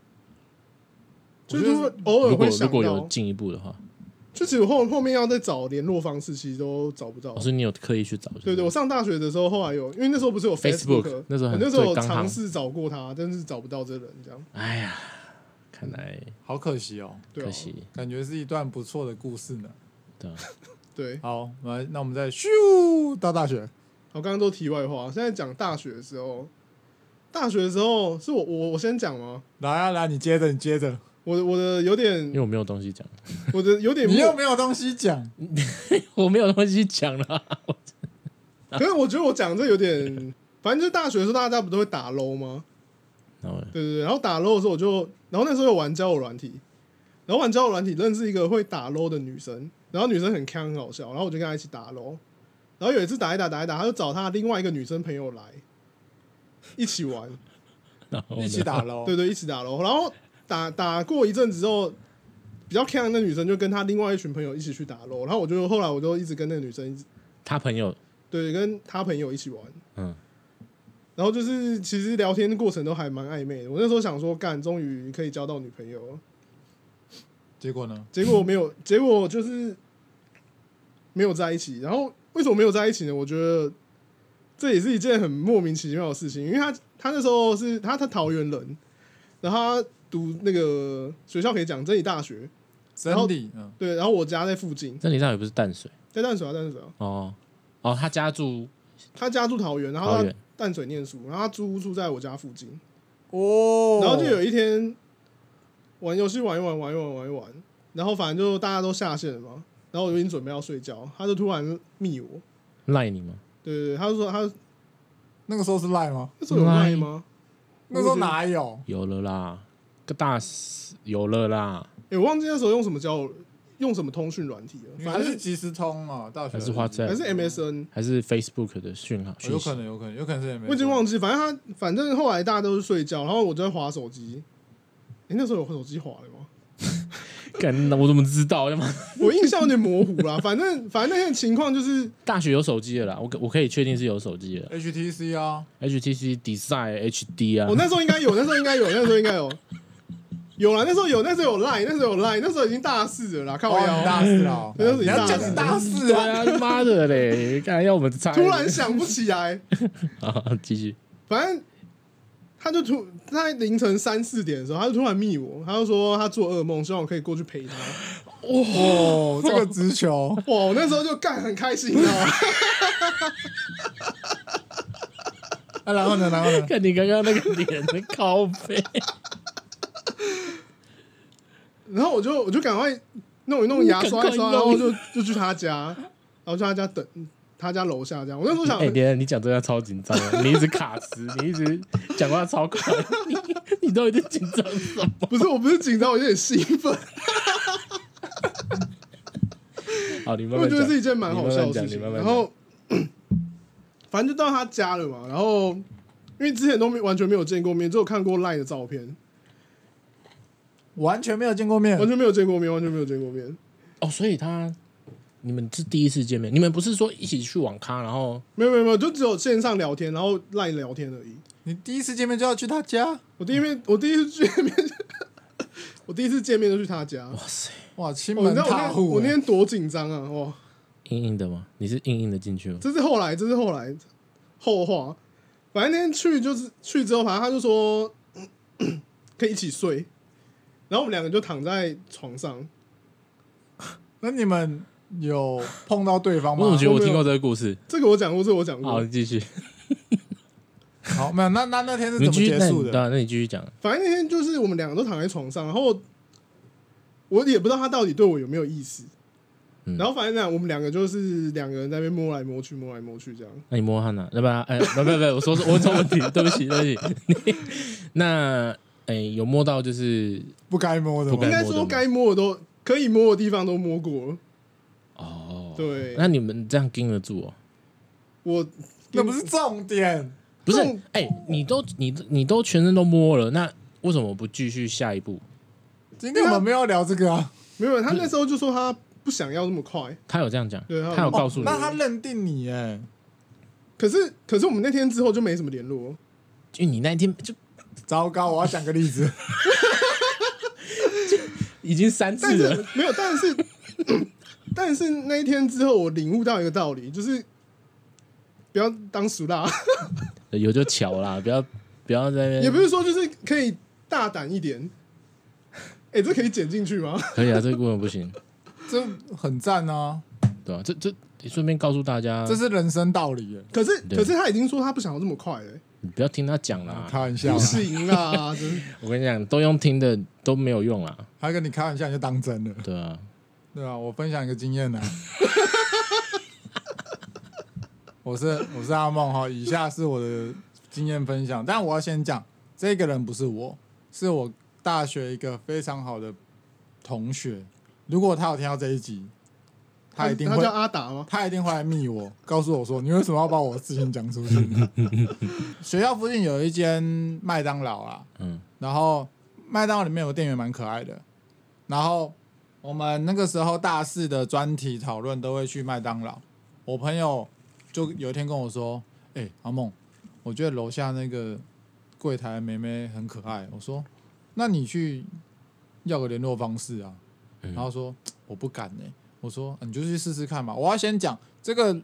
S3: 我
S2: 就
S3: 觉
S2: 是
S3: 得
S2: 会偶尔
S1: 如果
S2: 会想
S1: 如果
S2: 到
S1: 有，进一步的话，
S2: 就其实我后后面要再找联络方式，其实都找不到
S1: 老。师你有刻意去找？
S2: 哦对对，我上大学的时候，后来有，因为那时候不是有
S1: Facebook，
S2: Facebook，
S1: 那时候
S2: 我
S1: 很
S2: 那时候
S1: 最
S2: 有
S1: 刚行
S2: 尝试找过他，但是找不到这人，这样
S1: 哎呀，看来
S3: 好可惜哦，
S2: 对啊
S1: 可惜，
S3: 感觉是一段不错的故事呢。
S1: 对啊，
S2: 对，
S3: 好，来，那我们再咻到大学，
S2: 我刚刚都题外话，现在讲大学的时候，大学的时候是我我我先讲吗？
S3: 来啊来，你接着，你接着，
S2: 我的我的
S1: 因
S2: 有
S1: 为
S2: 点，
S1: 我没有东西
S2: [LAUGHS]
S1: 讲，
S2: 我的有点
S3: 你又
S2: 莫，
S3: 没有东西讲，
S1: 我没有东西讲了。
S2: 可是我觉得我讲这有点，反正就是大学的时候大家不都会打 low 吗？
S1: 然
S2: [LAUGHS]
S1: 后
S2: 对对对，然后打 low 的时候我就，然后那时候有玩交友软体，然后玩交友软体认识一个会打 low 的女生，然后女生很康很好笑，然后我就跟她一起打 low，然后有一次打一打打一打，她就找她另外一个女生朋友来一起玩，
S1: 然后呢
S3: 一起打喽。
S2: 对对，一起打 low，然后打打过一阵子之后，比较康的女生就跟她另外一群朋友一起去打 low，然后我就后来我就一直跟那个女生一直
S1: 他朋友，
S2: 对跟她朋友一起玩，
S1: 嗯，
S2: 然后就是其实聊天的过程都还蛮暧昧的，我那时候想说干，终于可以交到女朋友了。
S3: 结果呢？
S2: 结果没
S1: [LAUGHS]
S2: 有，结果就是没有在一起。然后为什么没有在一起呢？我觉得这也是一件很莫名其妙的事情，因为他他那时候是他他桃园人，然后他读那个学校可以讲真理大学，然后
S3: 真理，嗯，
S2: 对，然后我家在附近，
S1: 这里上也不是淡水
S2: 在淡水啊，淡水啊，
S1: 哦，哦，他家住
S2: 他家住桃园，然后
S1: 桃
S2: 他
S1: 园，
S2: 淡水念书，然后他租屋住在我家附近，
S3: 哦，
S2: 然后就有一天玩游戏玩一玩，玩一玩，玩一玩，然后反正就大家都下线了嘛，然后我就已经准备要睡觉，他就突然密我。
S1: 赖你吗？
S2: 对对对，他就说他
S3: 那个时候是赖吗？
S2: 那时候有赖吗？
S3: 那时候哪有？
S1: 有了啦，个大死有了啦，
S2: 哎、我忘记那时候用什么交友，用什么通讯软体了，
S3: 还
S2: 反
S3: 是
S2: 正
S3: 即时通啊？大学
S1: 还是花在
S2: 还是 MSN，
S1: 还是 Facebook 的讯
S2: 哦
S1: 号？
S3: 有
S1: 讯息
S3: 可能，有可能，有可能是 M。
S2: 我已经忘记。反正他反正后来大家都是睡觉，然后我就在划手机。哎、那时候有手机划了吗？
S1: 干，那我怎么知道？他妈
S2: 我印象有点模糊啦。反正反正那天情况就是，
S1: 大学有手机了啦，我可我可以确定是有手机了
S3: HTC 啊，
S1: ，HTC Design HD
S2: 我
S1: 啊，
S2: 哦那时候应该有，那时候应该有，那时候应该有，有啦，那时候有，那时候有赖，那时候有赖，那时候已经大四了啦，靠
S3: 哦，
S2: 腰
S3: 你。大四了，
S2: 那时候
S3: 你
S2: 已经
S3: 要
S2: 大
S3: 叫
S2: 四
S3: 你
S2: 了，
S3: 大四
S1: 对
S3: 啊？
S1: 啊，妈的嘞，干要我们猜？
S2: 突
S1: [LAUGHS]
S2: 然想不起来。
S1: 啊，继续，
S2: 反正他就突他在凌晨三四点的时候，他就突然密我，他就说他做噩梦，希望我可以过去陪他。
S3: 哦，这个直 [LAUGHS] 球，
S2: 哇，我那时候就干很开心啊！
S3: 啊，然后呢，然后呢？
S1: 看你刚刚那个脸的靠背，
S2: [LAUGHS] 然后我就我就赶快弄一弄牙刷一刷，
S1: 赶快弄
S2: 然后就就去他家，然后去他家等他家楼下这样。我那时候想，
S1: 哎，别人你讲这段超紧张的，你一直卡词，你一直讲话超快， [LAUGHS] 你你都有点紧张什么？
S2: 不是我不是紧张，我有点兴奋。
S1: 好，你慢
S2: 我
S1: 慢讲，
S2: 觉得是一件蛮好笑
S1: 你慢慢
S2: 的
S1: 讲
S2: 事情。
S1: 你慢慢
S2: 然
S1: 讲
S2: 后，反正就到他家了嘛。然后，因为之前都没完全没有见过面，只有看过赖的照片，
S3: 完全没有见过面
S1: 嗯
S2: 完，全没有见过面，完全没有见过面。
S1: 哦，所以他你们是第一次见面，你们不是说一起去网咖，然后
S2: 没有没有没有，就只有线上聊天，然后赖聊天而已。
S3: 你第一次见面就要去他家，
S2: 我第一面，我第一次见面，我第一次见面就去他家。
S1: 哇塞，
S3: 哇，亲
S2: 哦我你
S3: 门
S2: 知道我那
S3: 踏
S2: 天
S3: 户、
S2: 我那
S3: 欸，
S2: 天多紧张啊！哇，
S1: 硬硬的吗？你是硬硬的进去吗？
S2: 这是后来，这是后来后话。反正那天去就是去之后，反正他就说 [COUGHS] 可以一起睡，然后我们两个就躺在床上，
S3: 那你们有碰到对方
S1: 我怎么
S3: 吗
S1: 觉？得我听过这个故事？
S2: 这个我讲过，这个我讲
S1: 好，
S2: 过。
S1: 你继续。
S3: [LAUGHS] 好，没有，那那那天是
S1: 你
S3: 怎么
S1: 继续，
S3: 结
S1: 那
S3: 束
S1: 你对
S3: 的？
S1: 啊，那你继续讲。
S2: 反正那天就是我们两个都躺在床上，然后我也不知道他到底对我有没有意思。
S1: 嗯
S2: 然后反正那样我们两个就是两个人在那边摸来摸去，摸来摸去这样。
S1: 那你摸他哪？要不然，哎， [LAUGHS] 不不不，我说我说问题，对不起，对不起。那哎，有摸到就是
S3: 不该摸的
S1: 不
S3: 吗
S1: 该摸？
S2: 应该说该摸的都可以摸的地方都摸过了。
S1: 哦，
S2: 对
S1: 那你们这样盯得住哦？
S2: 我
S3: 那不是重点。
S1: 不是
S2: 这种，
S1: 哎，你都你你都全身都摸了，那为什么不继续下一步？
S3: 今天我们没有要聊这个啊。
S2: 没有，他那时候就说他不想要这么快。
S1: 他有这样讲，
S2: 对他有
S1: 他有告诉你
S3: 哦那，他认定你哎，
S2: 可是可是我们那天之后就没什么联络。
S1: 因为你那一天就
S3: 糟糕，我要讲个
S1: [LAUGHS]
S3: 例子。
S1: 已经三
S3: 啊
S2: 但
S1: 次
S2: 是
S1: 了。
S2: 没有，但是 [COUGHS] 但是那一天之后，我领悟到一个道理，就是不要当俗辣，
S1: 有就巧啦，不要不要在
S3: 哎
S1: 那
S2: 也
S1: 边
S2: 不，是说就是可以大胆一点。哎、这可以剪进去吗？
S1: 可以啊，这个部分不行，
S3: 这很赞啊，
S1: 对吧、这这你顺便告诉大家，
S3: 这是人生道理耶。
S2: 可是
S1: 对
S2: 可是他已经说他不想要这么快了、
S1: 你不要听他讲啦。
S3: 开玩笑
S2: 不
S3: 啊，
S2: 行
S3: [LAUGHS]
S2: 啦，真的
S1: 我跟你讲，都用听的都没有用啦，
S3: 他跟你开玩笑你就当真了，
S1: 对啊，
S3: 对啊，我分享一个经
S1: [LAUGHS]
S3: 验呢、我是我是阿梦哈，以下是我的经验分享，但我要先讲，这个人不是我，是我大学一个非常好的同学。如果他有听到这一集，他一定
S2: 他
S3: 会
S2: 叫阿达吗？
S3: 他一定会来密我，告诉我说你为什么要把我的事情讲出
S1: [LAUGHS]
S3: 去？学校附近有一间麦当劳啊，
S1: 嗯，
S3: 然后麦当劳里面有个店员蛮可爱的，然后我们那个时候大四的专题讨论都会去麦当劳，我朋友就有一天跟我说：“哎、阿梦，我觉得楼下那个柜台的妹妹很可爱。”我说：“那你去要个联络方式啊。”
S1: 嗯
S3: 然后说：“我不敢呢、我说：“呃你就去试试看嘛。”我要先讲这个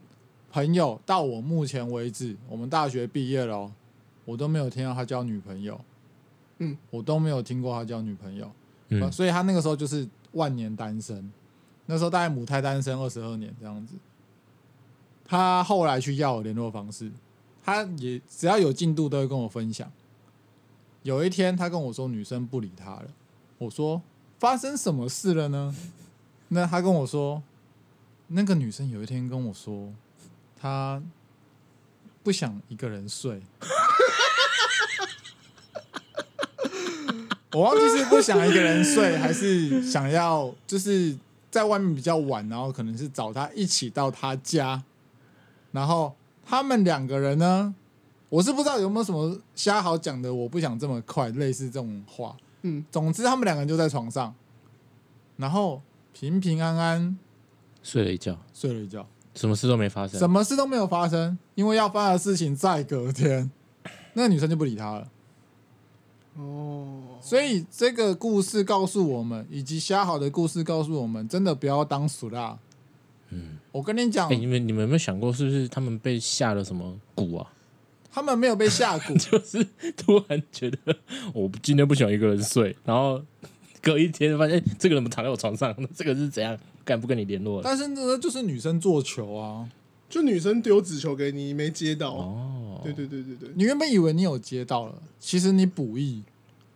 S3: 朋友到我目前为止，我们大学毕业了哦、我都没有听到他交女朋友。
S2: 嗯，
S3: 我都没有听过他交女朋友。
S1: 嗯
S3: 啊，所以他那个时候就是万年单身，那时候大概母胎单身二十二年这样子。他后来去要我联络方式，他也只要有进度都会跟我分享。有一天他跟我说女生不理他了，我说发生什么事了呢？那他跟我说，那个女生有一天跟我说，她不想一个人睡。 [LAUGHS] 我忘记是不想一个人睡，还是想要就是在外面比较晚，然后可能是找他一起到他家，然后他们两个人呢，我是不知道有没有什么瞎好讲的，我不想这么快，类似这种话。
S2: 嗯，
S3: 总之他们两个人就在床上，然后平平安安
S1: 睡了一觉，
S3: 睡了一觉，
S1: 什么事都没发生
S3: 什。么事都没有发生，因为要发生的事情在隔天，那个女生就不理他了。
S2: 哦，
S3: 所以这个故事告诉我们，以及虾好的故事告诉我们，真的不要当俗啦。嗯，我跟你讲
S1: 哎、，你们你们有没有想过，是不是他们被下了什么蛊啊？ [LAUGHS]
S3: 他们没有被下蛊，
S1: 就是突然觉得我今天不想一个人睡，然后隔一天发现、哎这个人不躺在我床上，这个是怎样？敢不跟你联络了？
S3: 但是呢，就是女生做球啊。
S2: 就女生丢纸球给你，没接到。
S1: 哦，
S2: 对对对对对，
S3: 你原本以为你有接到了，其实你补益，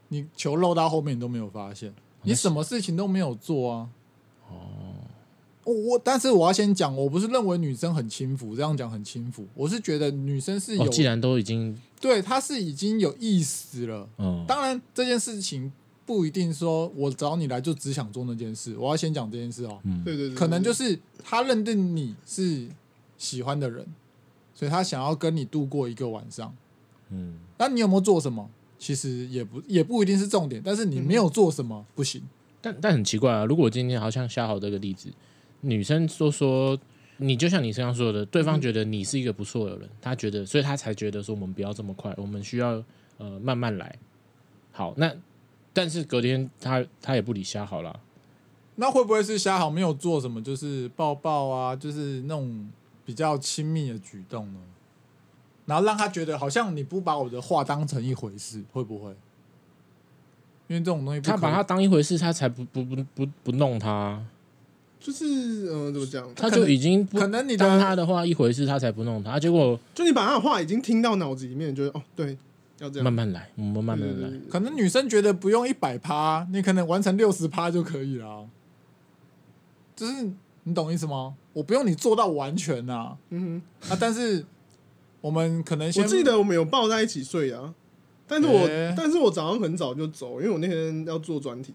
S3: 你球漏到后面你都没有发现，你什么事情都没有做啊。哦，我但是我要先讲，我不是认为女生很轻浮，这样讲很轻浮，我是觉得女生是有、
S1: 哦，既然都已经
S3: 对，她是已经有意思了。
S1: 嗯，
S3: 当然，这件事情不一定说我找你来就只想做那件事。我要先讲这件事哦，
S1: 嗯
S2: 对对对，
S3: 可能就是是他认定你是喜欢的人，所以他想要跟你度过一个晚上。
S1: 嗯，
S3: 那你有没有做什么？其实也不也不一定是重嗯点，但是你没有做什么不行。
S1: 但但很奇怪啊，如果我今天好像下好这个例子，女生都说，你就像你刚刚说的，
S3: 嗯
S1: 对方觉得你是一个不错的人，他觉得，所以他才觉得说我们不要这么快，我们需要呃慢慢来。好，那但是隔天他他也不理虾好了，
S3: 那会不会是虾好没有做什么，就是抱抱啊，就是那种比较亲密的举动呢？然后让他觉得好像你不把我的话当成一回事，会不会？因为这种东西不可
S1: 他
S3: 以，
S1: 把他当一回事，他才不不不不不弄他啊，
S2: 就是嗯，怎么讲？
S1: 他
S3: 可能
S1: 就已经不
S3: 可能你
S1: 当
S3: 的
S1: 他的话一回事，他才不弄他。啊结果
S2: 就你把他的话已经听到脑子里面，你觉得哦，对，要这样，嗯
S1: 慢慢来，我们慢慢
S2: 对对
S1: 来
S2: 对。
S3: 可能女生觉得不用一百趴，你可能完成六十趴就可以了。啊就是你懂意思吗？我不用你做到完全呐、
S2: 嗯
S3: 啊，啊，但是我们可能
S2: 哼，
S3: 先
S2: 我记得我们有抱在一起睡啊，但是我、
S3: 诶
S2: 但是我早上很早就走，因为我那天要做专题，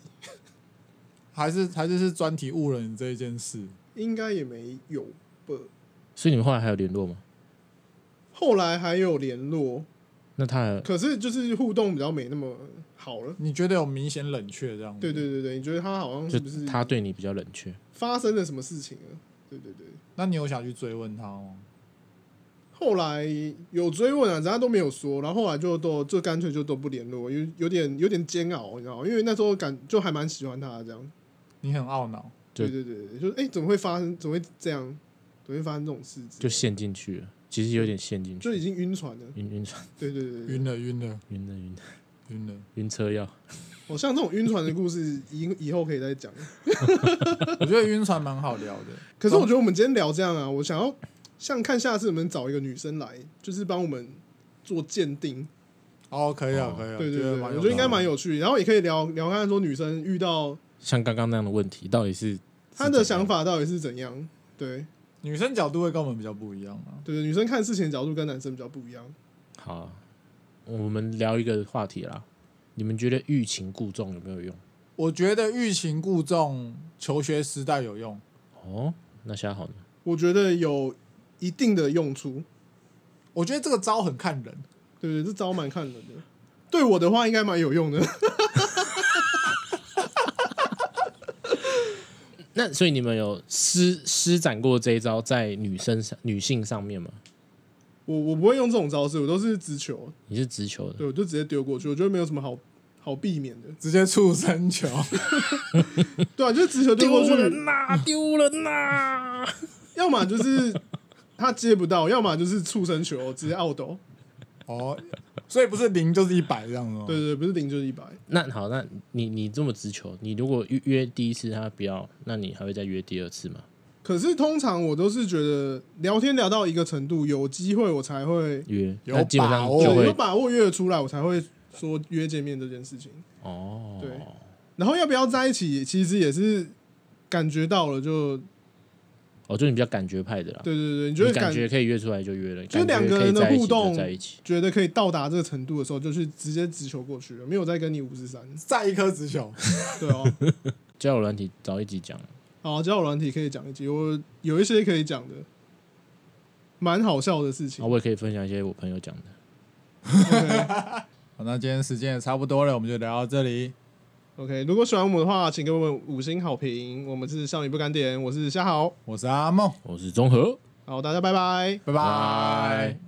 S3: 还是还是是专题误了你这一件事。
S2: 应该也没有吧。
S1: 所以你们后来还有联络吗？
S2: 后来还有联络，
S1: 那他还
S2: 可是就是互动比较没那么好了。
S3: 你觉得有明显冷却这样？
S2: 对。对对对，你觉得他好像
S1: 就是
S2: 不是
S1: 他对你比较冷却，
S2: 发生了什么事情了？对对对，
S3: 那你有想去追问他吗？
S2: 后来有追问啊，人家都没有说，然后后来就都就干脆就都不联络，有有点有点煎熬，你知道吗？因为那时候感就还蛮喜欢他的这样。
S3: 你很懊恼，
S1: 对
S2: 对对对，对就是哎、怎么会发生？怎么会这样？怎么会发生这种事情？
S1: 就陷进去了，其实有点陷进去
S2: 就，已经晕船了。
S1: 晕晕船，
S2: 对对对对，
S3: 晕了，晕了，
S1: 晕了晕了
S3: 晕了。
S1: 晕车药。
S2: 哦，像这种晕船的故事，以以后可以再讲。
S3: 我觉得晕船蛮好聊的，
S2: 可是我觉得我们今天聊这样啊，我想要像看下次能不能找一个女生来，就是帮我们做鉴定。
S3: 哦，可以
S1: 哦，
S3: 啊可以啊，
S2: 对对
S3: 觉
S2: 对，
S3: 得
S2: 我
S3: 蛮
S2: 觉
S3: 有
S2: 得应该
S3: 道理
S2: 蛮有趣，然后也可以聊聊看说女生遇到
S1: 像刚刚那样的问题，到底是
S2: 她的想？法到底是怎样。对
S3: 女生角度会跟我们比较不一样啊。
S2: 对，女生看事情的角度跟男生比较不一样。
S1: 是怎样好啊，我们聊一个话题啦。你们觉得欲擒故纵有没有用？
S3: 我觉得欲擒故纵，求学时代有用。
S1: 哦，那虾好呢？
S2: 我觉得有一定的用处，
S3: 我觉得这个招很看人，
S2: 对对，这招蛮看人的。对我的话应该蛮有用的，
S1: 那所以你们有施施展过这一招在女生上、女性上面吗？
S2: 我我不会用这种招式，我都是直球，
S1: 你是直球的，
S2: 对，我就直接丢过去，我觉得没有什么好好避免的。
S3: 直接畜生球。
S2: 对啊，就是直球丢过去，
S1: 呐，丢人呐！ [LAUGHS]
S2: 要么就是他接不到，要么就是畜生球直接懊斗。
S3: 哦，所以不是零就是一百这样子吗？哦
S2: 对对，对不是零就是一百。
S1: 那好，那你你这么直球，你如果约约第一次他不要，那你还会再约第二次吗？
S2: 可是通常我都是觉得聊天聊到一个程度，有机会我才会
S1: 约，
S3: 有
S1: 那基本上
S3: 把握
S1: 就
S2: 对有
S1: 会
S2: 把握约得出来，我才会说约见面这件事情。
S1: 哦，
S2: 对然后要不要在一起，其实也是感觉到了就，
S1: 哦，就你比较感觉派的啦，
S2: 对对对，你
S1: 你
S2: 就会
S1: 感
S2: 感
S1: 觉可以约出来就约了，
S2: 就两个人的
S1: 感觉可以在一起
S2: 互动
S1: 就在一起，
S2: 觉得可以到达这个程度的时候，就去直接直球过去了，没有再跟你五十三，
S3: 再一颗直球。
S2: 对哦。 [LAUGHS]
S1: 交友软体早一集讲，
S2: 好，交友软体可以讲一集，我有一些可以讲的，蛮好笑的事情
S1: 啊，。我也可以分享一些我朋友讲的。
S2: OK
S3: 好，那今天时间也差不多了，我们就聊到这里。
S2: OK，如果喜欢我们的话，请给我们五星好评。我们是少女不敢点，我是夏豪，
S3: 我是阿梦，
S1: 我是综合，
S2: 好，大家拜拜。
S3: 拜拜。
S1: 拜